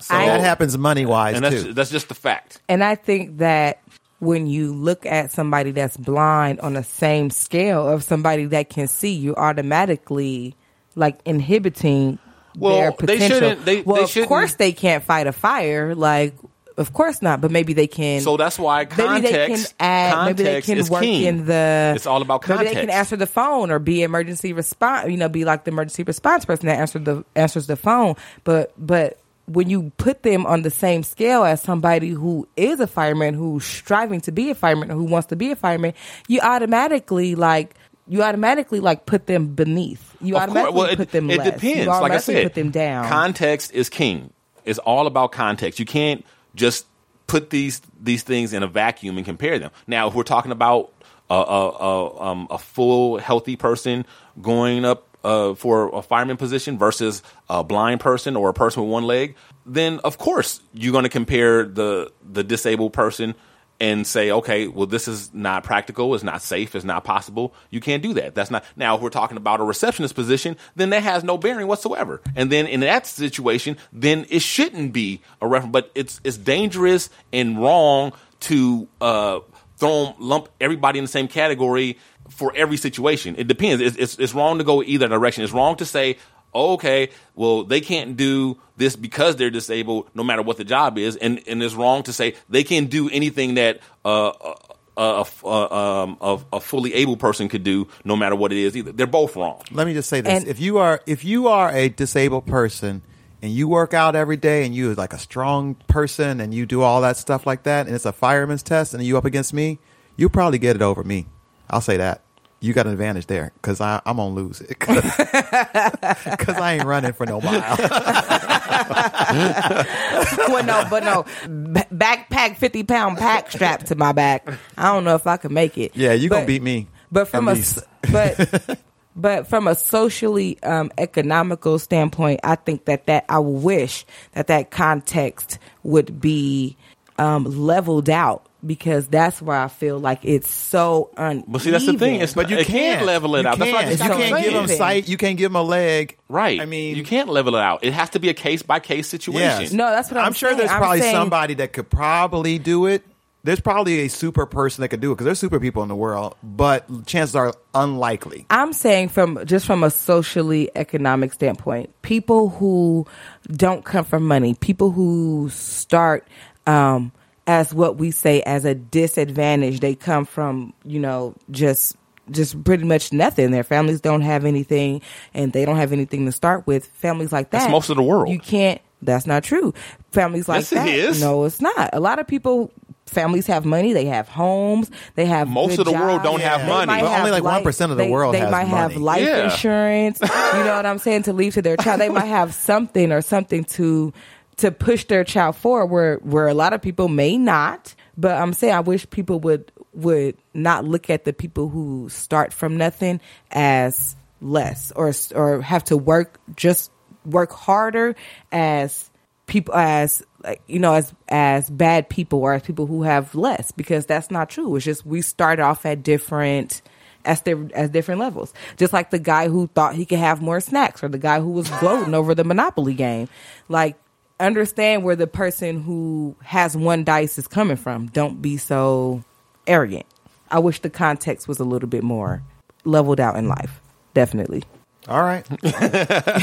So that happens money wise and that's too. that's just the fact. And I think that when you look at somebody that's blind on the same scale of somebody that can see, you automatically like inhibiting Well, their they potential. shouldn't- they- well, they of shouldn't- course they can't fight a fire. Like, of course not. But maybe they can. So that's why maybe context. they can add. context maybe they can is work king. in the. It's all about Maybe they can context. answer the phone or be emergency response. You know, be like the emergency response person that answered the answers the phone. But but when you put them on the same scale as somebody who is a fireman, who's striving to be a fireman, who wants to be a fireman, you automatically like you automatically like put them beneath. You Of course- automatically well, it, put them. It less. depends. You Like I automatically said, put them down. Context is king. It's all about context. You can't just put these these things in a vacuum and compare them. Now, if we're talking about a a, a, um, a full healthy person going up uh, for a fireman position versus a blind person or a person with one leg, then of course you're going to compare the the disabled person and say, okay, well, this is not practical, it's not safe, it's not possible. You can't do that. That's not. Now, if we're talking about a receptionist position, then that has no bearing whatsoever. And then in that situation, then it shouldn't be a reference. But it's it's dangerous and wrong to uh, throw lump everybody in the same category for every situation. It depends. It's, it's it's wrong to go either direction. It's wrong to say. "Oh, Okay, well, they can't do this because they're disabled, no matter what the job is, and, and it's wrong to say they can do anything that uh, a, a, a, um, a, a fully able person could do, no matter what it is. Either they're both wrong. Let me just say this: And- if you are if you are a disabled person and you work out every day and you are like a strong person and you do all that stuff like that, and it's a fireman's test, and you up against me, you probably get it over me. I'll say that you got an advantage there because I'm gonna lose it because I ain't running for no mile. well, no, but no, B- backpack, fifty pound pack strapped to my back. I don't know if I can make it. Yeah, you gonna But- beat me. But from At a least. but but from a socially um, economical standpoint, I think that that I wish that that context would be um, leveled out because that's where I feel like it's so uneven. But see, that's the thing. It's But you it can't can't. level it You out. That's why I can't. just you got can't give saying. them sight. You can't give them a leg. Right. I mean, you can't level it out. It has to be a case by case situation. Yes. No, that's what I'm sure saying. there's I'm probably saying- somebody that could probably do it. There's probably a super person that could do it because there's super people in the world, but chances are unlikely. I'm saying from just from a socially economic standpoint, people who don't come from money, people who start um, as what we say as a disadvantage, they come from you know just just pretty much nothing. Their families don't have anything, and they don't have anything to start with. Families like that, That's most of the world. You can't. That's not true. Families like Yes, it that. is. No, it's not. A lot of people. Families have money. They have homes. They have Most of good the world jobs, don't have they money. might But only have like life- 1% of the they- world They has might have money. life Yeah. insurance. you know what I'm saying to leave to their child. They might have something or something to to push their child forward. Where where a lot of people may not. But I'm saying I wish people would would not look at the people who start from nothing as less or or have to work just work harder as people as like, you know, as as bad people or as people who have less, because that's not true. It's just we start off at different as their as different levels. Just like the guy who thought he could have more snacks, or the guy who was gloating over the Monopoly game. Like, understand where the person who has one dice is coming from. Don't be so arrogant. I wish the context was a little bit more leveled out in life. Definitely. All right.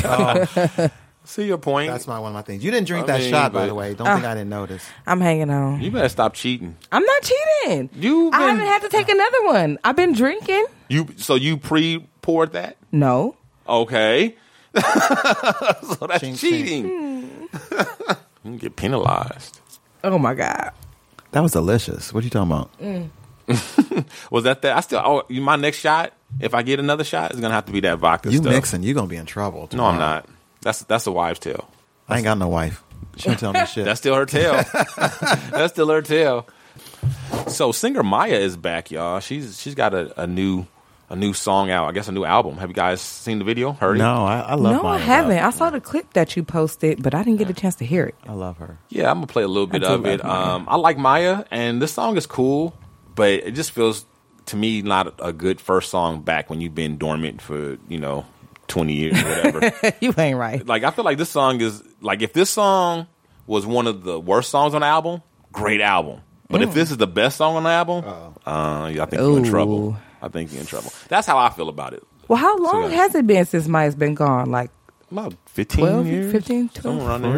Um, See your point. That's my one of my things. You didn't drink that shot, by the way. Don't Ah. think I didn't notice. I'm hanging on. You better stop cheating. I'm not cheating. You I haven't had to take another one. I've been drinking. You so you pre poured that? No. Okay. so that's cheating. Hmm. you can get penalized. Oh my god. That was delicious. What are you talking about? Mm. Was that that? I still. Oh, you- my next shot. If I get another shot, it's gonna have to be that vodka. You stuff. mixing, you're gonna be in trouble. No, I'm not. That's that's a wives' tale. I ain't got no wife. She don't tell me shit. That's still her tale. That's still her tale. So singer Maya is back, y'all. She's she's got a, a new a new song out. I guess a new album. Have you guys seen the video? Heard it? No, I, I love. no, Maya I haven't. I saw the clip that you posted, but I didn't get a chance to hear it. I love her. Yeah, I'm gonna play a little bit I do of it. like Maya. Um, I like Maya, and this song is cool, but it just feels to me not a good first song back when you've been dormant for you know 20 years or whatever. you ain't right. like I feel like this song is like if this song was one of the worst songs on the album, great album. But if Mm. this is the best song on the album, uh, yeah, I think you're in trouble. I think you're in trouble. That's how I feel about it. Well, how long that- has it been since Maya's been gone? Like about 15 12, years? 15, Somewhere around 12?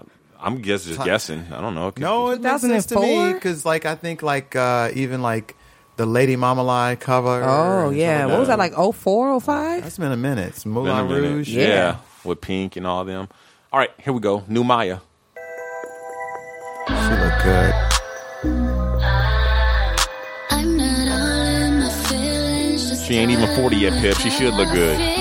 there. I'm guess just guessing. I don't know. It could- No, it makes sense to me 2004? because, like, I think, like, uh, even like the Lady Marmalade cover. Oh and yeah. some of What was that. that like 04, 05? It's been a minute. It's Been a Moulin minute. Rouge. Yeah. with Pink and all them. All right, here we go. New Maya. she looked good. I'm not all in my feelings, just She ain't even 40 yet, Pip. She should look good. feel.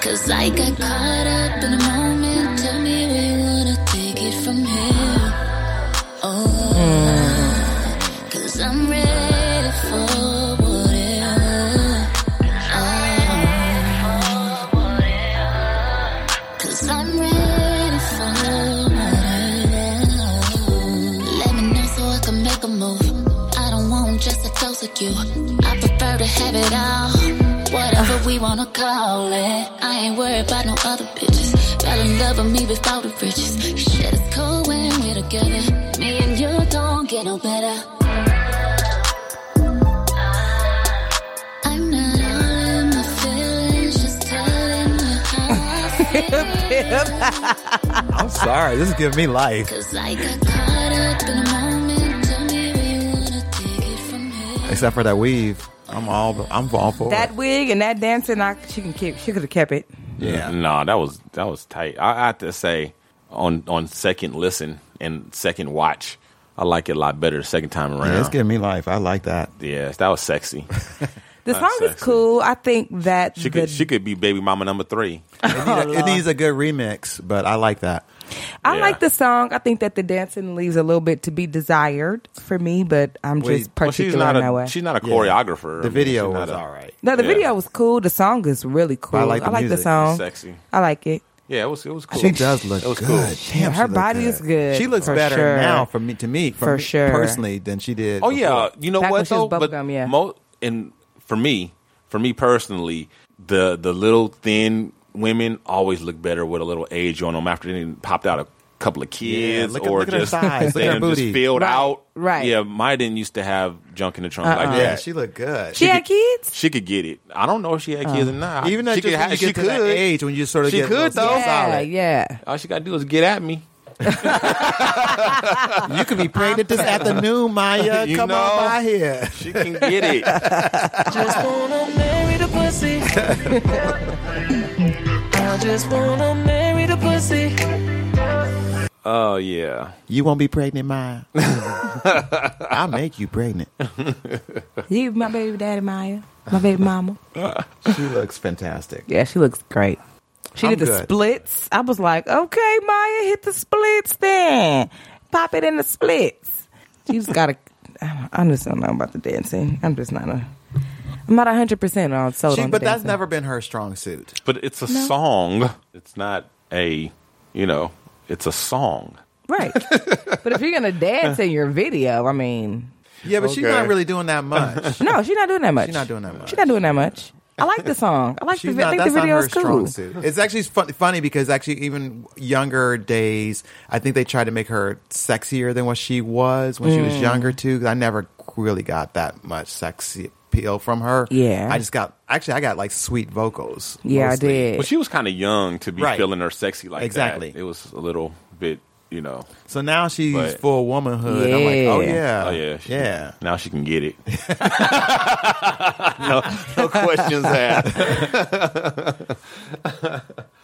Cause I got caught up in the moment. Tell me where you wanna take it from here. Oh, cause I'm ready for whatever. Oh, cause I'm ready for whatever. Let me know so I can make a move. I don't want just a dose of you. I prefer to have it all. Whatever we wanna call it. I ain't worried about no other bitches. Fell in love with me before the riches. Shit is cool when we're together. Me and you don't get no better. I'm not all in my feelings, just telling you how I feel. I'm sorry. This is giving me life. Cause I got caught up in a moment. Tell me where you wanna take it from here. Except for that weave. I'm all. I'm all for That wig and that dancing, I she can keep. She could have kept it. Yeah. No, that was that was tight. I, I have to say, on on second listen and second watch, I like it a lot better the second time it. Yeah, it's around. giving me life. I like that. yes, that was sexy. The That's song is sexy. cool. I think that She the, could she could be baby mama number three. It, need- it needs a good remix, but I like that. I yeah. like the song. I think that the dancing leaves a little bit to be desired for me, but I'm just Well, she's particular not in that a way. she's not a Yeah. choreographer. The video she's not was a- all right. no, the yeah. video was cool. The song is really cool. I like the music. song. Sexy. I like it. Yeah, it was it was cool. She does look That was good. cool. Damn, her she look body good. is good, She looks for better sure. now for me to me for, For me sure. personally than she did. Oh yeah, before. you know Back when what she was though? bubblegum, yeah. mo- and for me, for me personally, the the little thin women always look better with a little age on them after they done popped out a couple of kids Yeah, look at- or look at her just thighs, look they at her done just booty. filled Right, out. right. Yeah, mine didn't used to have junk in the trunk like Uh-uh. that. yeah, she looked good. She, had kids. She could get it. I don't know if she had Uh. kids or not. Even she at just when ha- you get to that age when you sort of She get could, a little though. Yeah, solid. yeah. All she got to do is get at me. You could be pregnant this afternoon, Maya. You Come know. on by here. She can get it. just wanna marry the pussy. I just wanna marry the pussy. Oh yeah. You won't be pregnant, Maya. I'll make you pregnant. You, my baby daddy Maya, my baby mama. She looks fantastic. Yeah, she looks great. She I'm did the good. splits. I was like, okay, Maya, hit the splits then. Pop it in the splits. She just got to. I'm just don't know about the dancing. I'm just not a. I'm not 100 percent on sold She, on. but the that's dancing. never been her strong suit. But it's a song. It's not a, you know, it's a song. Right. but if you're gonna dance in your video, I mean Yeah, but she's Okay. not really doing that much. No, she's not doing that much. She's not doing that much. She's not doing that much. I like the song. I like the She's vi- not, I think that's the not video her is cool. strong suit. It's actually fun, funny because actually even younger days, I think they tried to make her sexier than what she was when she was Mm. younger too. 'cause I never really got that much sexy appeal from her. Yeah. I just got actually I got like sweet vocals. Yeah, I mostly. did. But she was kind of young to be Right. feeling her sexy like Exactly. that. It was a little bit, you know. So now she's But- full womanhood. I'm like, oh yeah, Oh, yeah. She- yeah. Now she can get it. no, no questions asked.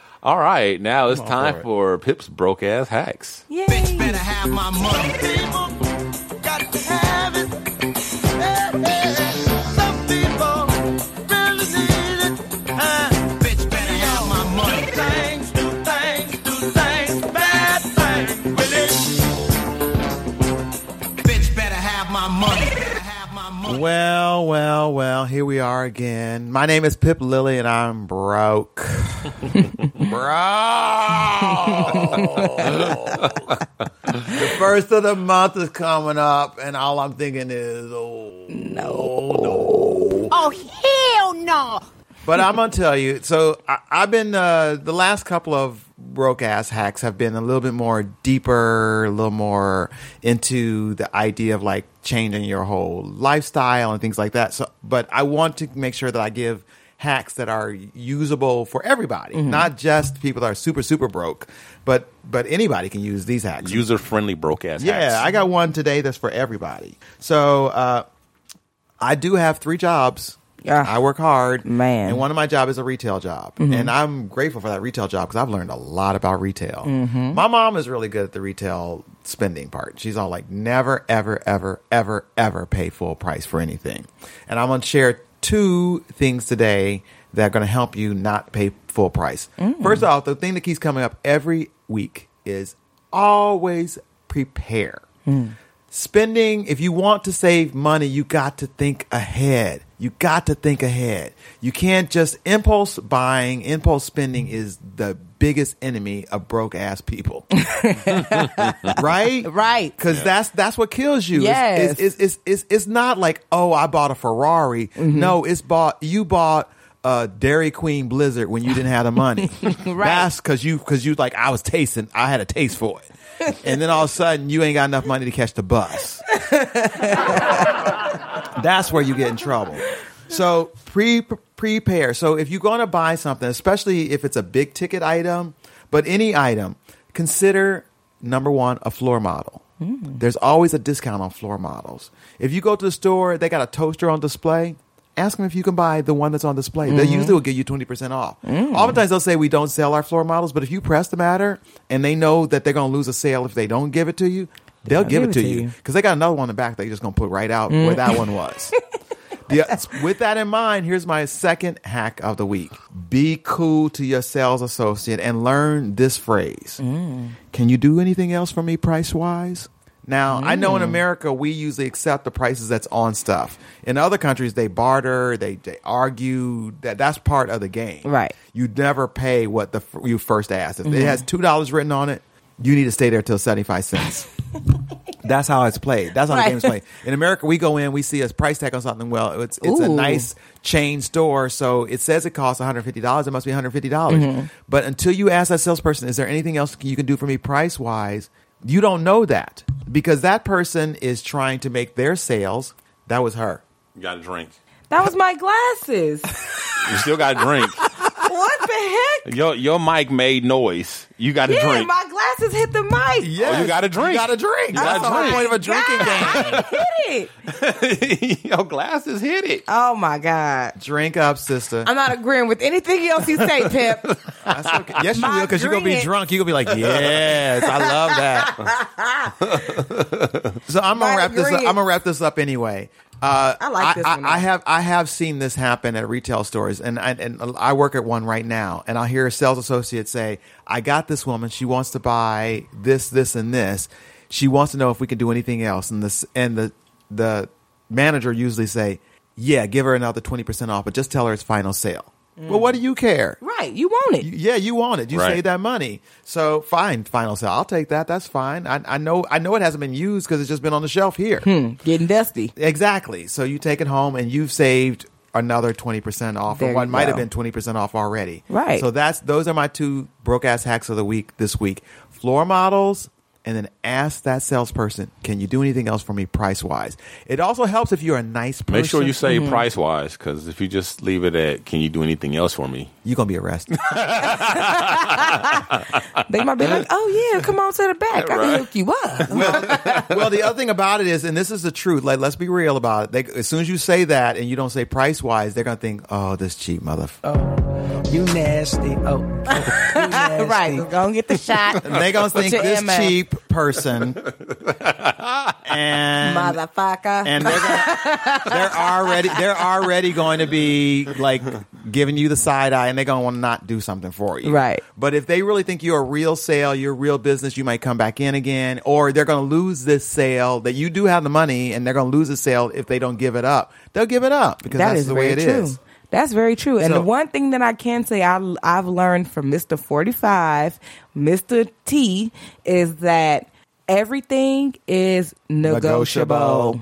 All right. Now it's time for, Pip's Broke Ass Hacks. Bitch better have my money. People got to have it. Eh, eh, eh. Some people really need it. Huh? Bitch better have my money. Do things, do things, do things, bad things, really. Bitch better have my money. Well, well, well, here we are again. My name is Pip Lilly and I'm broke. broke. the first of the month is coming up and all I'm thinking is, oh, no. Oh, hell no. But I'm going to tell you, so I, I've been, uh, the last couple of broke ass hacks have been a little bit more deeper, a little more into the idea of like changing your whole lifestyle and things like that. So, but I want to make sure that I give hacks that are usable for everybody, Mhm. not just people that are super, super broke, but, but anybody can use these hacks. User friendly broke ass Yeah, hacks. I got one today that's for everybody. So uh, I do have three jobs. Yeah. I work hard, man. And one of my job is a retail job, Mhm. and I'm grateful for that retail job because I've learned a lot about retail. Mhm. My mom is really good at the retail spending part. She's all like, never, ever, ever, ever, ever pay full price for anything. And I'm gonna share two things today that are gonna help you not pay full price. First off, the thing that keeps coming up every week is always prepare. Spending, if you want to save money, you got to think ahead. You got to think ahead. You can't just impulse buying, impulse spending is the biggest enemy of broke ass people. right? Right. Because that's that's what kills you. It's- Yes. It's, it's, it's, it's, it's not like, oh, I bought a Ferrari. No, it's bought you bought a Dairy Queen Blizzard when you didn't have the money. right. That's cause you cause you like I was tasting, I had a taste for it. and then all of a sudden you ain't got enough money to catch the bus. That's where you get in trouble. So pre prepare. So if you're going to buy something, especially if it's a big ticket item, but any item, consider number one a floor model. There's always a discount on floor models. If you go to the store, they got a toaster on display. Ask them if you can buy the one that's on display. They Mhm. usually will give you twenty percent off. Oftentimes they'll say we don't sell our floor models, but if you press the matter and they know that they're going to lose a sale if they don't give it to you, they'll give it to you because they got another one in the back they just gonna put right out Mm. where that one was. The- with that in mind, here's my second hack of the week: be cool to your sales associate and learn this phrase. Can you do anything else for me price wise? Now, I know in Mm. America we usually accept the prices that's on stuff. In other countries they barter, they, they argue, that that's part of the game. Right. You never pay what the f- you first asked. If Mhm. it has $2 written on it, you need to stay there till 75 cents. that's how it's played. That's how Right. the game's played. In America, we go in, we see a price tag on something. Well, it's it's a Ooh. nice chain store, so it says it costs one hundred fifty dollars. It must be one hundred fifty dollars. Mhm. But until you ask that salesperson, is there anything else you can do for me price wise? You don't know that because that person is trying to make their sales. That was her. You got to drink. That was my glasses. You still got to drink. what the heck? Your your mic made noise. You got to yeah, drink. my glasses hit the mic. Yes. Oh, you gotta drink. You gotta drink. You gotta That's drink. the Point of a drinking game. hit it. Your glasses hit it. Oh my god. Drink up, sister. I'm not agreeing with anything else you say, Pip. That's okay. Yes, you will, because you're gonna be drink- drunk. You're gonna be like, yes, I love that. so I'm gonna wrap this. Up, I'm gonna wrap this up anyway. Uh, I like this I, one, I have I have seen this happen at retail stores, and I, and I work at one right now, and I hear a sales associate say, "I got this woman. She wants to buy this, this, and this. She wants to know if we can do anything else." And this and the the manager usually say, "Yeah, give her another twenty percent off, but just tell her it's final sale." Well, what do you care? Right. You want it. Yeah, you want it. You Right. save that money. So fine, final sale. I'll take that. That's fine. I, I know. I know it hasn't been used because it's just been on the shelf here. Getting dusty. Exactly. So you take it home and you've saved another twenty percent off, There or what you might have go. been twenty percent off already. Right. So that's those are my two broke ass hacks of the week this week: floor models, and then ask that salesperson, "Can you do anything else for me price wise?" It also helps if you're a nice person. Make sure you Mm-hmm. say price wise, because if you just leave it at, can you do anything else for me? You're gonna be arrested. They might be like, oh, yeah, come on to the back. I can hook you up. well, the other thing about it is, and this is the truth. Like, let's be real about it. They, as soon as you say that and you don't say price wise, they're gonna think, "Oh, this cheap mother." You nasty. Oh, oh, you nasty. right. Go and get the shot. And they gonna Put think your this MF. cheap person, and Motherfucker. and they're, gonna, they're already they're already going to be like giving you the side eye, and they're gonna want to not do something for you, Right. But if they really think you're a real sale, you're a real business, you might come back in again, or they're gonna lose this sale that you do have the money, and they're gonna lose the sale if they don't give it up. They'll give it up because That that's is the way very it is. true. That's very true. And So- the one thing that I can say I, I've learned from Mr. 45, Mr. T, is that everything is negotiable. Negotiable.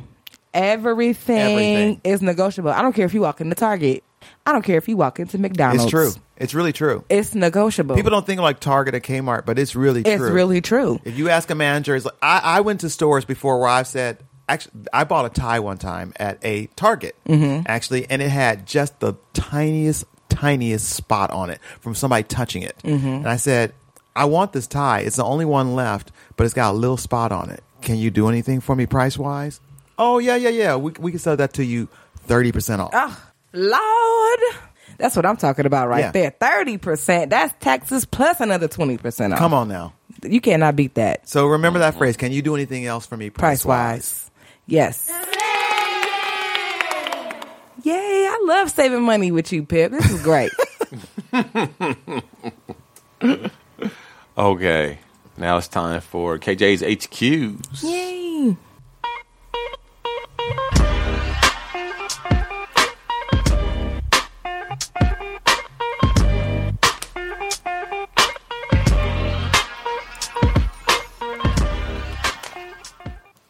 Everything, Everything. is negotiable. I don't care if you walk into Target. I don't care if you walk into McDonald's. It's true. It's really true. It's negotiable. People don't think like Target or Kmart, but it's really it's true. really true. If you ask a manager, it's like I, I went to stores before where I've said, actually, I bought a tie one time at a Target, Mm-hmm. actually, and it had just the tiniest, tiniest spot on it from somebody touching it. Mm-hmm. And I said, I want this tie. It's the only one left, but it's got a little spot on it. Can you do anything for me price wise? Oh, yeah, yeah, yeah. We, we can sell that to you 30% off. Uh-huh. Lord. That's what I'm talking about right Yeah. there. 30%. That's taxes plus another 20% off. Come on now. You cannot beat that. So remember Uh-huh. that phrase. Can you do anything else for me price price wise? wise. Yes. Yay, I love saving money with you, Pip. This is great. Okay. Now it's time for KJ's HQs. Yay.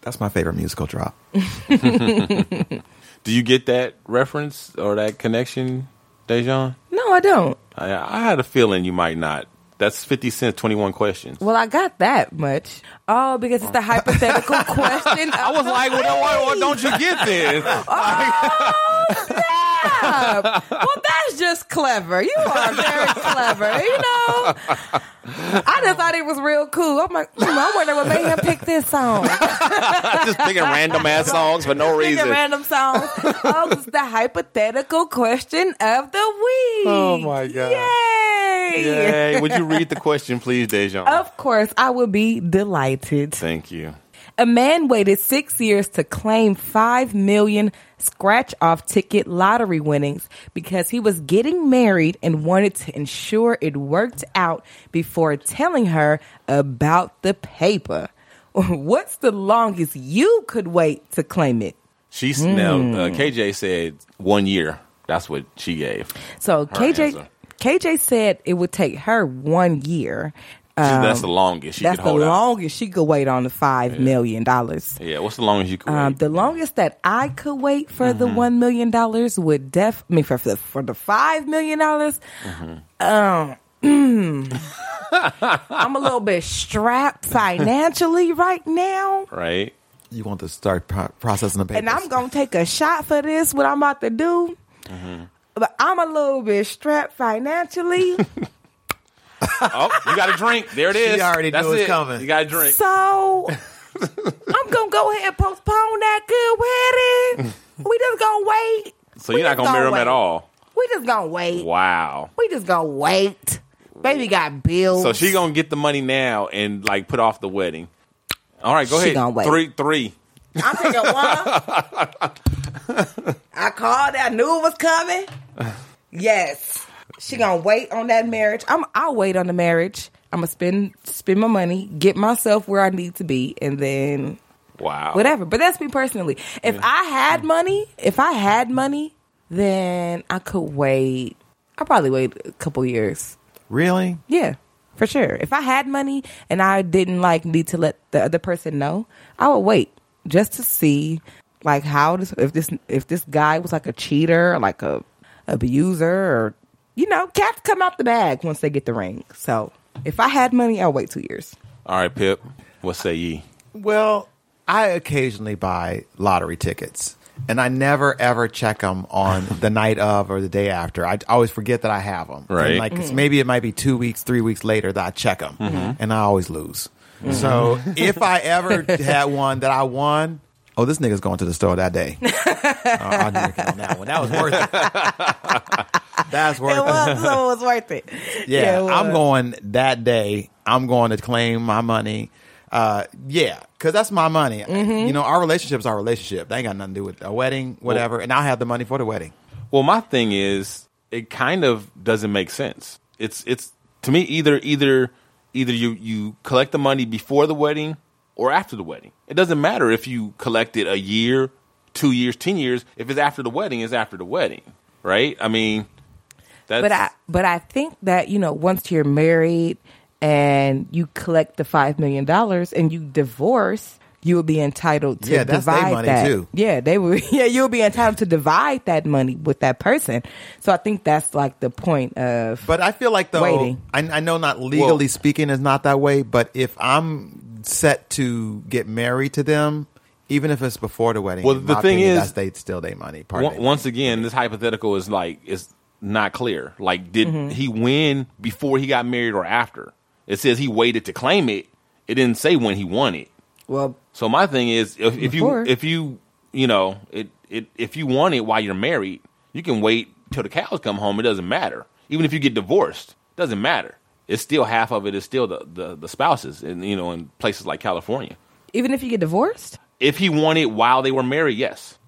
That's my favorite musical drop. Do you get that reference or that connection, Dejan? No, I don't. I, I had a feeling you might not. That's 50 Cent, 21 questions. Well, I got that much. Oh, because it's the hypothetical question. I was Like, well, don't- why, why don't you get this? well, that's just clever. You are very clever. You know, I just thought it was real cool. I'm like, hmm, I wonder what made him pick this song. Just picking random ass songs for no Pick a reason. random song. Oh, it's the hypothetical question of the week. Oh, my God. Yay! Yay. Would you read the question, please, Dejan? Of course, I would be delighted. Thank you. A man waited six years to claim five million scratch off ticket lottery winnings because he was getting married and wanted to ensure it worked out before telling her about the paper. What's the longest you could wait to claim it? She s- now uh, KJ said one year. That's what she gave. So KJ answer. KJ said it would take her one year. Um, that's the longest she that's could the hold out. longest she could wait on the five million dollars. Yeah, what's the longest you could Um, wait? the longest that I could wait for the one million dollars would def I mean for for the, for the five million dollars. Mm-hmm. Um, I'm a little bit strapped financially right now, right? You want to start pro- processing the papers. and I'm gonna take a shot for this. What I'm about to do, Mm-hmm. but I'm a little bit strapped financially, Oh, you got a drink. There it is. already That's knew it was it. coming. You got a drink. so I'm gonna go ahead and postpone that good wedding. We just gonna wait. So We you're not just gonna marry him wait. at all. We just gonna wait. Wow. We just gonna wait. Baby got bills. So she gonna get the money now and like put off the wedding. All right, go She ahead. gonna wait. Three, three. I'm thinking one. I called. I knew it was coming. Yes, she gonna wait on that marriage. I'm. I'll wait on the marriage. I'm gonna spend spend my money, get myself where I need to be, and then Oh. Wow. whatever. But that's me personally. Mm. If I had money, if I had money, then I could wait. I probably wait a couple years. Really? Yeah, for sure. If I had money and I didn't like need to let the other person know, I would wait just to see like how this if this if this guy was like a cheater, or like a abuser, or you know, cats come out the bag once they get the ring. So if I had money, I'll wait two years. All right, Pip. What say ye? Well, I occasionally buy lottery tickets, and I never ever check them on the night of or the day after. I always forget that I have them. Right. And like 'cause Mhm. maybe it might be two weeks, three weeks later that I check them, Mhm. and I always lose. So if I ever had one that I won, oh, this nigga's going to the store that day. Oh, I knew it on that one. That was worth it. That's worth It it. was, so it was worth it. Yeah, it I'm was. going that day. I'm going to claim my money. Uh, yeah, because that's my money. Mm-hmm. You know, our relationship's our relationship. They ain't got nothing to do with a wedding, whatever. and I'll have the money for the wedding. Well, my thing is, it kind of doesn't make sense. It's it's to me either either either you you collect the money before the wedding or after the wedding. It doesn't matter if you collect it a year, two years, ten years. If it's after the wedding, it's after the wedding, right? I mean, that's but I but I think that you know once you're married and you collect the five million dollars and you divorce, you will be entitled to Yeah, that's their divide money, that. too. Yeah, they will. Yeah, you'll be entitled to divide that money with that person. So I think that's like the point of. But I feel like though, waiting. I, I know not legally speaking is not that way, but if I'm set to get married to them, even if it's before the wedding, Well, in the my thing opinion, is- that's they still they money. Part Once- once again, this hypothetical is like is not clear. Like, did Mm-hmm. Mhm. he win before he got married or after? It says he waited to claim it. It didn't say when he won it. Well, So my thing is, if, if you Before. if you you know it, it if you want it while you're married, you can wait till the cows come home. It doesn't matter. Even if you get divorced, it doesn't matter. It's still half of it is still the the, the spouses, and you know, in places like California. even if you get divorced. If he won it while they were married, yes,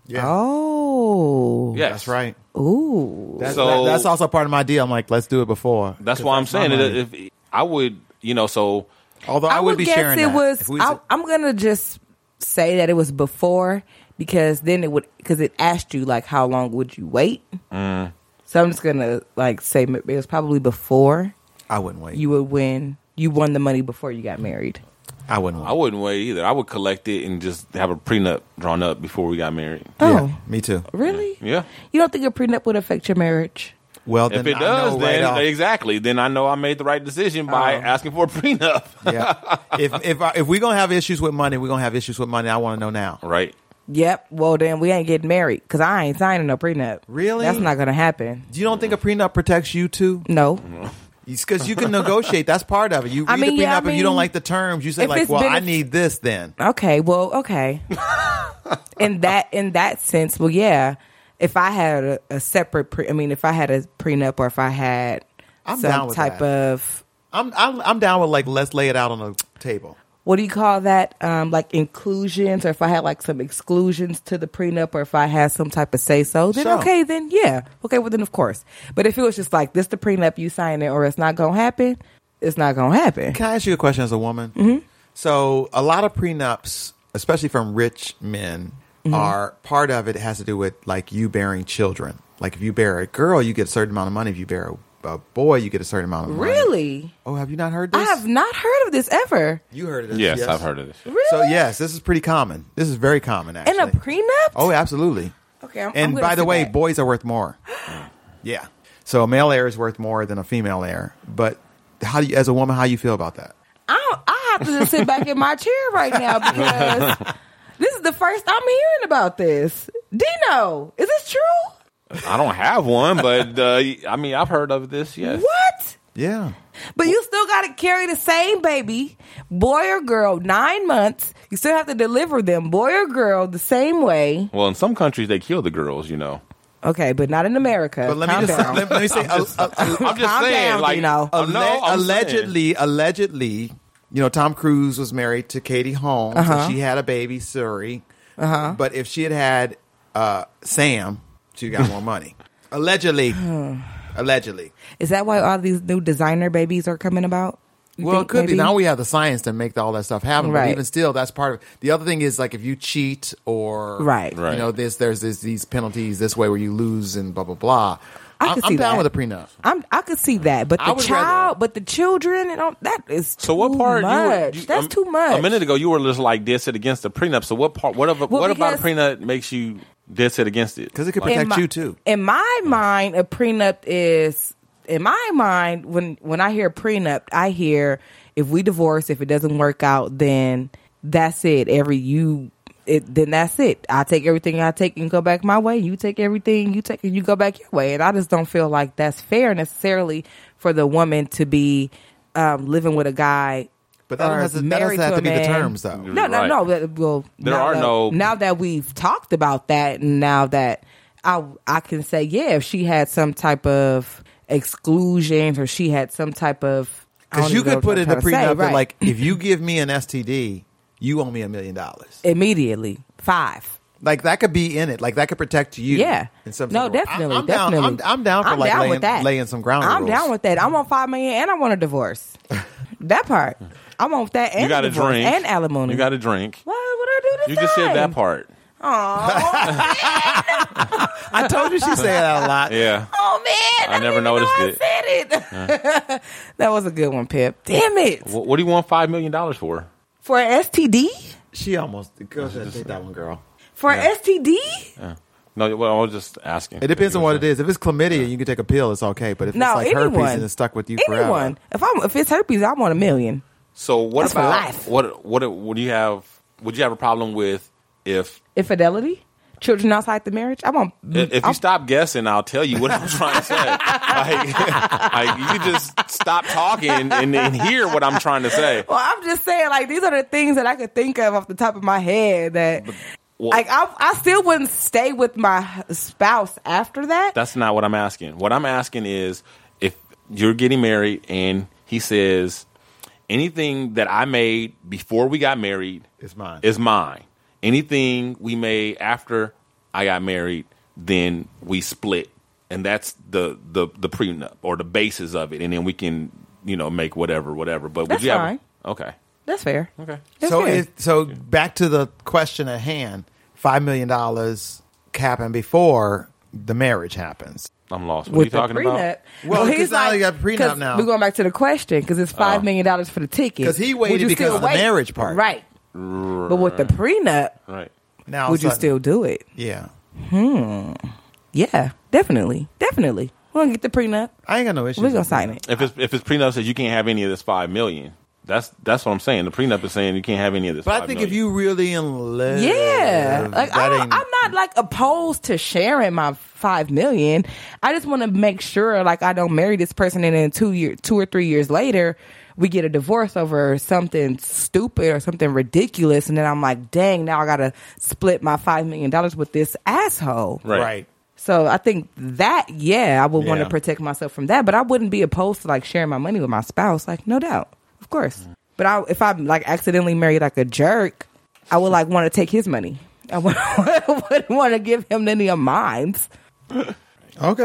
Oh. yes, that's right. Ooh. That's, So- that- that's also part of my deal. I'm like, let's do it before. That's why I'm my saying money. it, if I would, you know, so although I, would be guess sharing it that. was. If we- I, I'm gonna just say that it was before because then it would because it asked you like how long would you wait. Mm. So I'm just gonna like say m- it was probably before I wouldn't wait. you would win. You won the money before you got married. I wouldn't. Wait. I wouldn't wait either. I would collect it and just have a prenup drawn up before we got married. Oh, me too. really? Yeah. You don't think a prenup would affect your marriage? Well, if it does, then exactly, then I know I made the right decision by Oh. asking for a prenup. yeah. If if I, if we're gonna have issues with money, we're gonna have issues with money. I want to know now. Right. Yep. Well, then we ain't getting married because I ain't signing no prenup. Really? That's not gonna happen. You don't think a prenup protects you too? No. Because you can negotiate. That's part of it. You read I mean, the prenup yeah, I if you don't mean, like the terms. You say if like, it's well, I benef- need this then. Okay, well, okay. in that in that sense, well, yeah. If I had a, a separate, pre, I mean, if I had a prenup, or if I had I'm down some with type that. of I'm, I'm I'm down with like let's lay it out on the table. what do you call that, um, like inclusions, or if I had like some exclusions to the prenup, or if I had some type of say so, then Sure. okay, then yeah, okay, well then of course. But if it was just like this, the prenup you sign it, or it's not gonna happen, it's not gonna happen. Can I ask you a question as a woman? Mm-hmm. So a lot of prenups, especially from rich men, Mhm. are part of it has to do with like you bearing children. Like if you bear a girl, you get a certain amount of money. If you bear a, a boy, you get a certain amount of money. Really? Oh, have you not heard I have not heard of this ever. You heard of this? Yes, I've heard of this. Really? So yes, this is pretty common. This is very common actually. In a prenup? oh, absolutely. Okay. I'm, and I'm gonna by the sit way, back. boys are worth more. yeah. So a male heir is worth more than a female heir. But how do you, as a woman, how you feel about that? I don't, I have to just sit back in my chair right now because this is the first I'm hearing about this. Dino, is this true? I don't have one, but uh, I mean, I've heard of this. Yes. What? Yeah. But you still got to carry the same baby, boy or girl, nine months. You still have to deliver them, boy or girl, the same way. Well, in some countries they kill the girls. You know. Okay, but not in America. But let Calm me just down. let, let me say, uh, I'm just, I'm just Calm saying, down, like, Dino. I know, I'm alle- saying. uh, allegedly, allegedly, you know, Tom Cruise was married to Katie Holmes, Uh-huh. and she had a baby, Suri. Uh-huh. But if she had had uh, Sam, she got more money. Allegedly, allegedly. Is that why all these new designer babies are coming about? You well, it think could maybe? be. Now we have the science to make all that stuff happen. But Right. even still, that's part of the other thing is like if you cheat or Right. you Right. know, this there's this, these penalties this way where you lose and blah blah blah. I could I'm see down that. with a prenup. I'm, I could see that, but I the would child, rather- but the children, and all, that is too So what part? Much. You were, you- um, That's a- too much. A minute ago, you were just like dead set against the prenup. So what part? What of, Well, what about a because- prenup makes you dead set against it? Because it could In my- In my mind, a prenup is in my mind when when I hear prenup, I hear if we divorce, if it doesn't work out, then that's it. Every you. It, then that's it. I take everything I take and go back my way. You take everything you take and you go back your way. And I just don't feel like that's fair necessarily for the woman to be um, living with a guy. But that or has to- that married doesn't have a to be the man. terms, though. No, no, Right. no. but- Well, There now are that- no- now that we've talked about that, and now that I I can say, yeah, if she had some type of exclusions or she had some type of I don't Because you even know could what put I'm in the prenup trying to say, that, right. like, if you give me an STD, you owe me a million dollars. immediately five. Like that could be in it. Like that could protect you. Yeah. In some no, sort of way. I- definitely, I'm down- definitely. I'm, I'm down for I'm like down laying, with that. laying some ground I'm rules. down with that. I want five million and I want a divorce. that part. I want that and you got a to divorce drink and alimony. You got to drink. Why would I do this? You just said that time? part. Aw, I told you she said that a lot. Yeah, oh man, I never noticed I it. said it. that was a good one, Pip. Damn it. What, what do you want five million dollars for? For an STD? She almost go ahead, take that one, girl. For an STD? No, well, I was just asking. It depends on what it is. If it's chlamydia, you can take a pill. It's okay. But if No, it's like herpes anyone. and it's stuck with you Anyone. forever, If I'm if it's herpes, I want a million. So what That's for about life. what what would you have? Would you have a problem with if Infidelity? Children outside the marriage? I want if if you I'm- stop guessing? I'll tell you what I'm trying to say. like, like, you can just stop talking and, and hear what I'm trying to say. Well, I'm just saying, like these are the things that I could think of off the top of my head that, Well- like, I, I still wouldn't stay with my spouse after that. That's not what I'm asking. What I'm asking is if you're getting married and he says anything that I made before we got married it's mine. is mine. Anything we made after I got married, then we split, and that's the the the prenup or the basis of it, and then we can you know make whatever whatever. But would That's you have fine. okay? That's fair. Okay. That's so fair. it, so back to the question at hand: five million dollars happened before the marriage happens. I'm lost. What are with you talking the prenup. about? Well, 'cause now you got prenup 'cause now. Oh. We're going back to the question because it's five million dollars for the ticket. 'Cause he Would waited you because still of the wait? marriage part. right? But with the prenup, Right. Now, would you sudden- still do it? Yeah, Yeah, definitely, definitely. We're gonna get the prenup. I ain't got no issues. We're gonna with sign it. If it's if it's prenup says you can't have any of this five million, that's that's what I'm saying. The prenup is saying you can't have any of this. But I 5 think if million. you really in love, Yeah, like I Uh, that don't, ain't- I'm not like opposed to sharing my five million. I just want to make sure like I don't marry this person and then two year, two or three years later, we get a divorce over something stupid or something ridiculous, and then I'm like, dang, now I gotta split my five million dollars with this asshole. Right. right. So I think that yeah, I would want to Yeah. protect myself from that, but I wouldn't be opposed to like sharing my money with my spouse, like no doubt, of course. Mm. But I, if I'm like accidentally married like a jerk, I would like want to take his money. I would- wouldn't want to give him any of mine. Okay. Y'all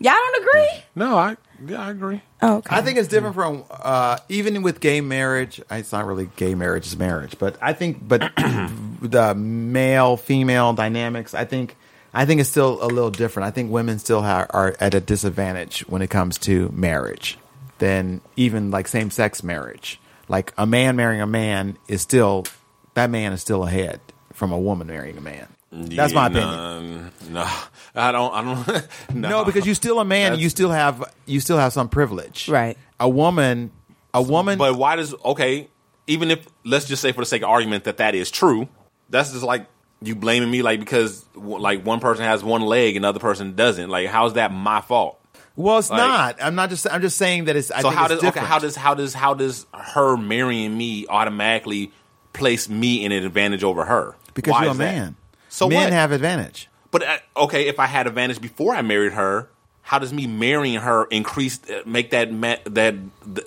don't agree? no, I yeah I agree. Oh, okay. I think it's different from uh, even with gay marriage. It's not really gay marriage; it's marriage. But I think, but the male female dynamics. I think, I think it's still a little different. I think women still ha- are at a disadvantage when it comes to marriage than even like same sex marriage. Like a man marrying a man is still that man is still ahead from a woman marrying a man. That's my Yeah, opinion. No, no. I don't. I don't. no. No, because you're still a man. That's- You still have you still have some privilege, Right. A woman, a woman. But why does okay? Even if let's just say for the sake of argument that that is true, that's just like you blaming me like because w- like one person has one leg and the other person doesn't. Like how is that my fault? well, it's like- not. I'm not just. I'm just saying that it's. I So think how it's does okay, different. how does how does how does her marrying me automatically place me in an advantage over her? because Why you're a is that? man? So men what? have advantage. But uh, okay, if I had advantage before I married her, how does me marrying her increase uh, make that ma- that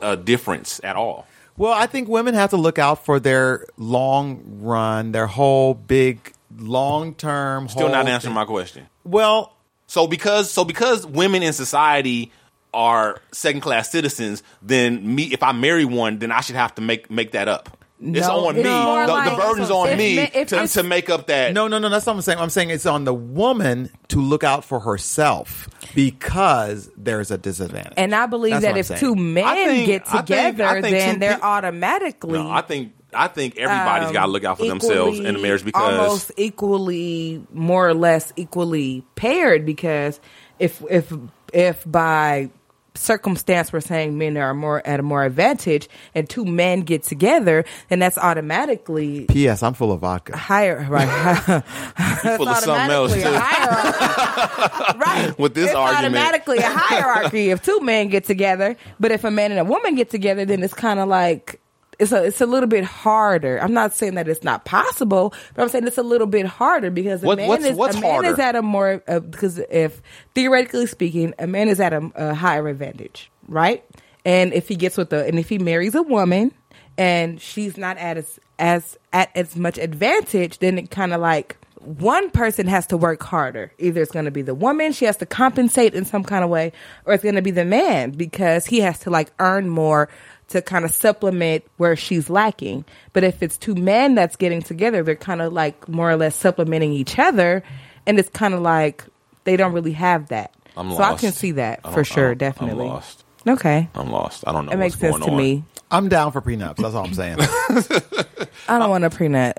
uh, difference at all? Well, I think women have to look out for their long run, their whole big long term. Still not answering my question. Well, So because so because women in society are second class citizens, then me if I marry one, then I should have to make make that up. it's No, on it's me. more The, like- the burden's on if me ma- if to, it's- to make up that. No, no, no. That's not what I'm saying. I'm saying it's on the woman to look out for herself because there's a disadvantage. And I believe That's that what if I'm two saying. men I think- get I think- together, I think two then they're peop- automatically No, I think I think everybody's um, got to look out for themselves in the equally- marriage because almost equally, more or less equally paired. Because if if if by circumstance we're saying men are more at a more advantage, and two men get together, then that's automatically P.S. I'm full of vodka. higher. Right, you full of something else automatically a too. hierarchy. right. With this it's argument. automatically a hierarchy if two men get together. But if a man and a woman get together, then it's kind of like it's a it's a little bit harder. I'm not saying that it's not possible, but I'm saying it's a little bit harder because a What- man what's- is what's a man harder? is at a more uh, because if theoretically speaking, a man is at a, a higher advantage, right? And if he gets with a and if he marries a woman and she's not at as as at as much advantage, then it kind of like one person has to work harder. Either it's going to be the woman, she has to compensate in some kind of way, or it's going to be the man because he has to like earn more to kind of supplement where she's lacking. But if it's two men that's getting together, they're kind of like more or less supplementing each other, and it's kind of like they don't really have that. I'm so I lost. can see that I for don't- sure, I'm- I'm definitely. lost. Okay, I'm lost. I don't know. it what's makes sense going to on. me. I'm down for prenups. That's all I'm saying. I don't want a prenup.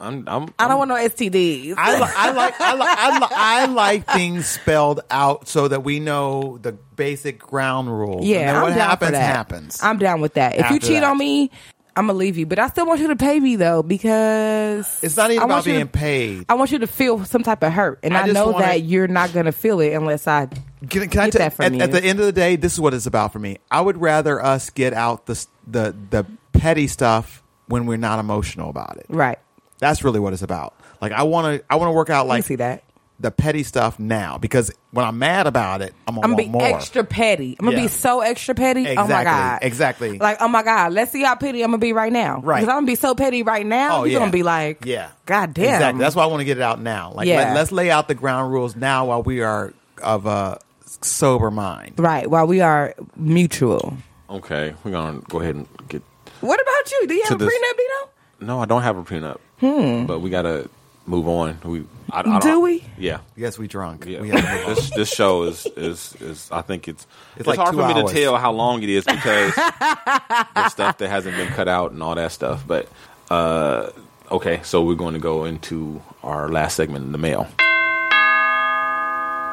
I'm, I'm, I don't want no STDs. I, li- I like I, li- I, li- I like things spelled out so that we know the basic ground rules. Yeah, and then I'm what down happens for that. happens. I'm down with that. If you After cheat that. on me, I'm gonna leave you, but I still want you to pay me though because it's not even I want about you to- being paid. I want you to feel some type of hurt, and I I, just know wanna- that you're not gonna feel it unless I Can, can I Get tell that from at, at you. the end of the day, this is what it's about for me. I would rather us get out the s- the the petty stuff when we're not emotional about it. right. That's really what it's about. Like I want to I want to work out I like see that. the petty stuff now because when I'm mad about it, I'm gonna, I'm gonna want be more. extra petty. I'm gonna Yeah. be so extra petty. Oh my Exactly. god. Exactly. Like oh my god. Let's see how petty I'm gonna be right now. Right. Because I'm gonna be so petty right now. Oh, you're yeah. gonna be like Yeah. God damn. Exactly. That's why I want to get it out now. Like Yeah. let, let's lay out the ground rules now while we are of a sober mind. right. While we are mutual. Okay, we're gonna go ahead and get. What about you? Do you To have a this- prenup, Dino? No, I don't have a prenup. Hmm. But we gotta move on. We I, I don't, Do we? Yeah. Yes, we drunk. Yeah. We have to- this this show is is is I think it's it's, like hard two for me hours. to tell how long it is because the stuff that hasn't been cut out and all that stuff. But uh, okay, so we're going to go into our last segment, the mail.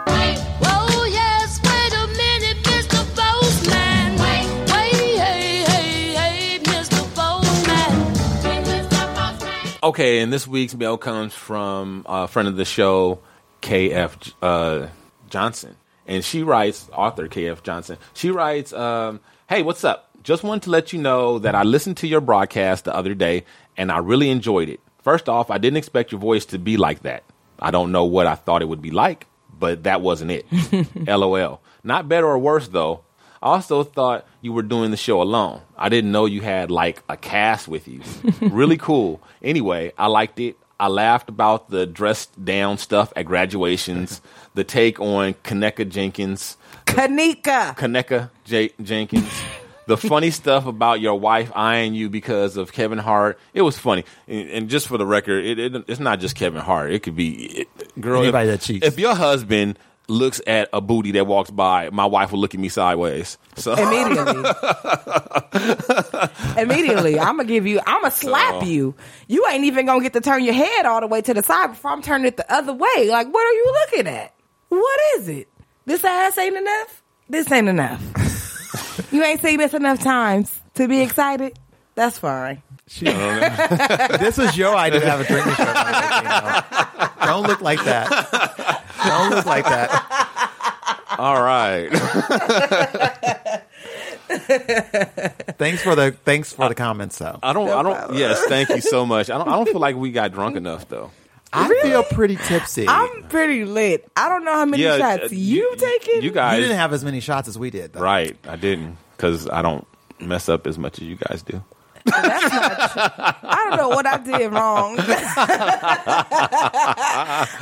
Oh yes, wait a minute, Mr. Postman. Wait, wait, hey, hey, hey, Mr. Postman. Hey, Mr. Postman. Okay, and this week's mail comes from a friend of the show, KF J- uh, Johnson. And she writes, author KF Johnson, she writes, um, Hey, what's up? Just wanted to let you know that I listened to your broadcast the other day and I really enjoyed it. First off, I didn't expect your voice to be like that. I don't know what I thought it would be like, but that wasn't it. LOL. Not better or worse, though. I also thought you were doing the show alone. I didn't know you had like a cast with you. really cool. Anyway, I liked it. I laughed about the dressed down stuff at graduations, the take on Kaneka Jenkins, Kanika. Kaneka J- Jenkins, the funny stuff about your wife eyeing you because of Kevin Hart. It was funny. And, and just for the record, it, it, it's not just Kevin Hart. It could be it, girl. Anybody if, that cheats. If your husband looks at a booty that walks by, my wife will look at me sideways. So Immediately. Immediately. I'm going to give you, I'm going to slap So- you. You ain't even going to get to turn your head all the way to the side before I'm turning it the other way. Like, what are you looking at? What is it? This ass ain't enough? This ain't enough. you ain't seen this enough times to be excited? That's fine. this is your idea to have a drink. with your wife, you know. Don't look like that. Don't look like that. all right. Thanks for the thanks for the comments though. I don't. I don't. Yes, thank you so much. I don't. I don't feel like we got drunk enough though. I feel pretty tipsy. I'm pretty lit. I don't know how many shots uh, you, taking. You you guys didn't have as many shots as we did though. right? I didn't because I don't mess up as much as you guys do. That's not true. I don't know what I did wrong. I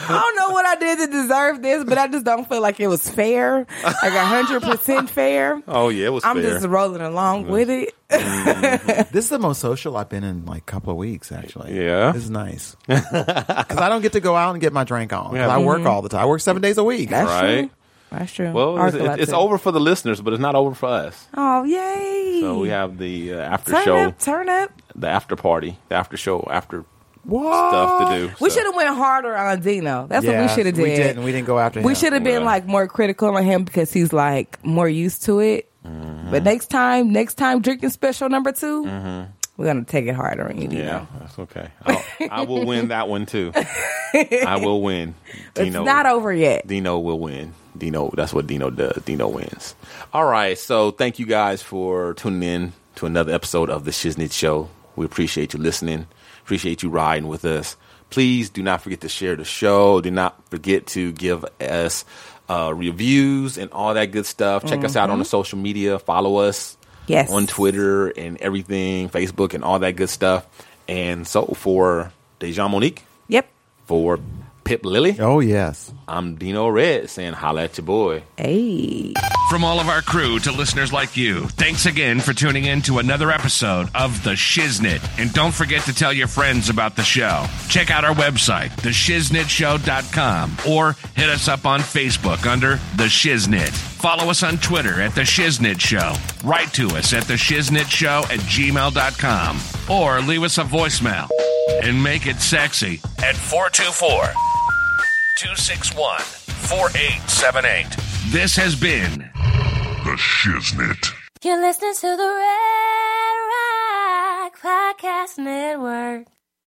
don't know what I did to deserve this, but I just don't feel like it was fair. Like hundred percent fair. Oh yeah, it was. I'm fair. Mm-hmm. just rolling along with it. this is the most social I've been in like a couple of weeks, actually. Yeah. This is nice. Because I don't get to go out and get my drink on. 'Cause Yeah. I work Mm-hmm. Mhm. all the time. I work seven days a week. That's Right. true. That's true. Well, it's, Arcolapsy. it's over for the listeners, but it's not over for us. Oh yay! So we have the uh, after turn show, up, turn up. the after party, the after show, after What? stuff to do. We so. should have went harder on Dino. That's what Yeah, we should have did. We didn't. We didn't go after him. We should have been like more critical on him because he's like more used to it. Mm-hmm. But next time, next time drinking special number 2 Mhm. we're gonna take it harder on you, Dino. Yeah, that's okay. I'll, I will win that one too. I will win. It's not over yet. Dino will win. Dino, that's what Dino does. Dino wins. All right. So thank you guys for tuning in to another episode of the Shiznit Show. We appreciate you listening. Appreciate you riding with us. Please do not forget to share the show. Do not forget to give us uh, reviews and all that good stuff. Check us out on the social media. Follow us. Yes. On Twitter and everything, Facebook and all that good stuff. And so for Dejan Monique. Yep. For Pip Lily. Oh, yes. I'm Dino Red saying holla at your boy. Hey. From all of our crew to listeners like you, thanks again for tuning in to another episode of The Shiznit. And don't forget to tell your friends about the show. Check out our website, theshiznitshow.com, or hit us up on Facebook under The Shiznit. Follow us on Twitter at The Shiznit Show. Write to us at theshiznitshow at gmail.com, or leave us a voicemail and make it sexy at 424- 261 4878. This has been The Shiznit. You're listening to the Red Rock Podcast Network.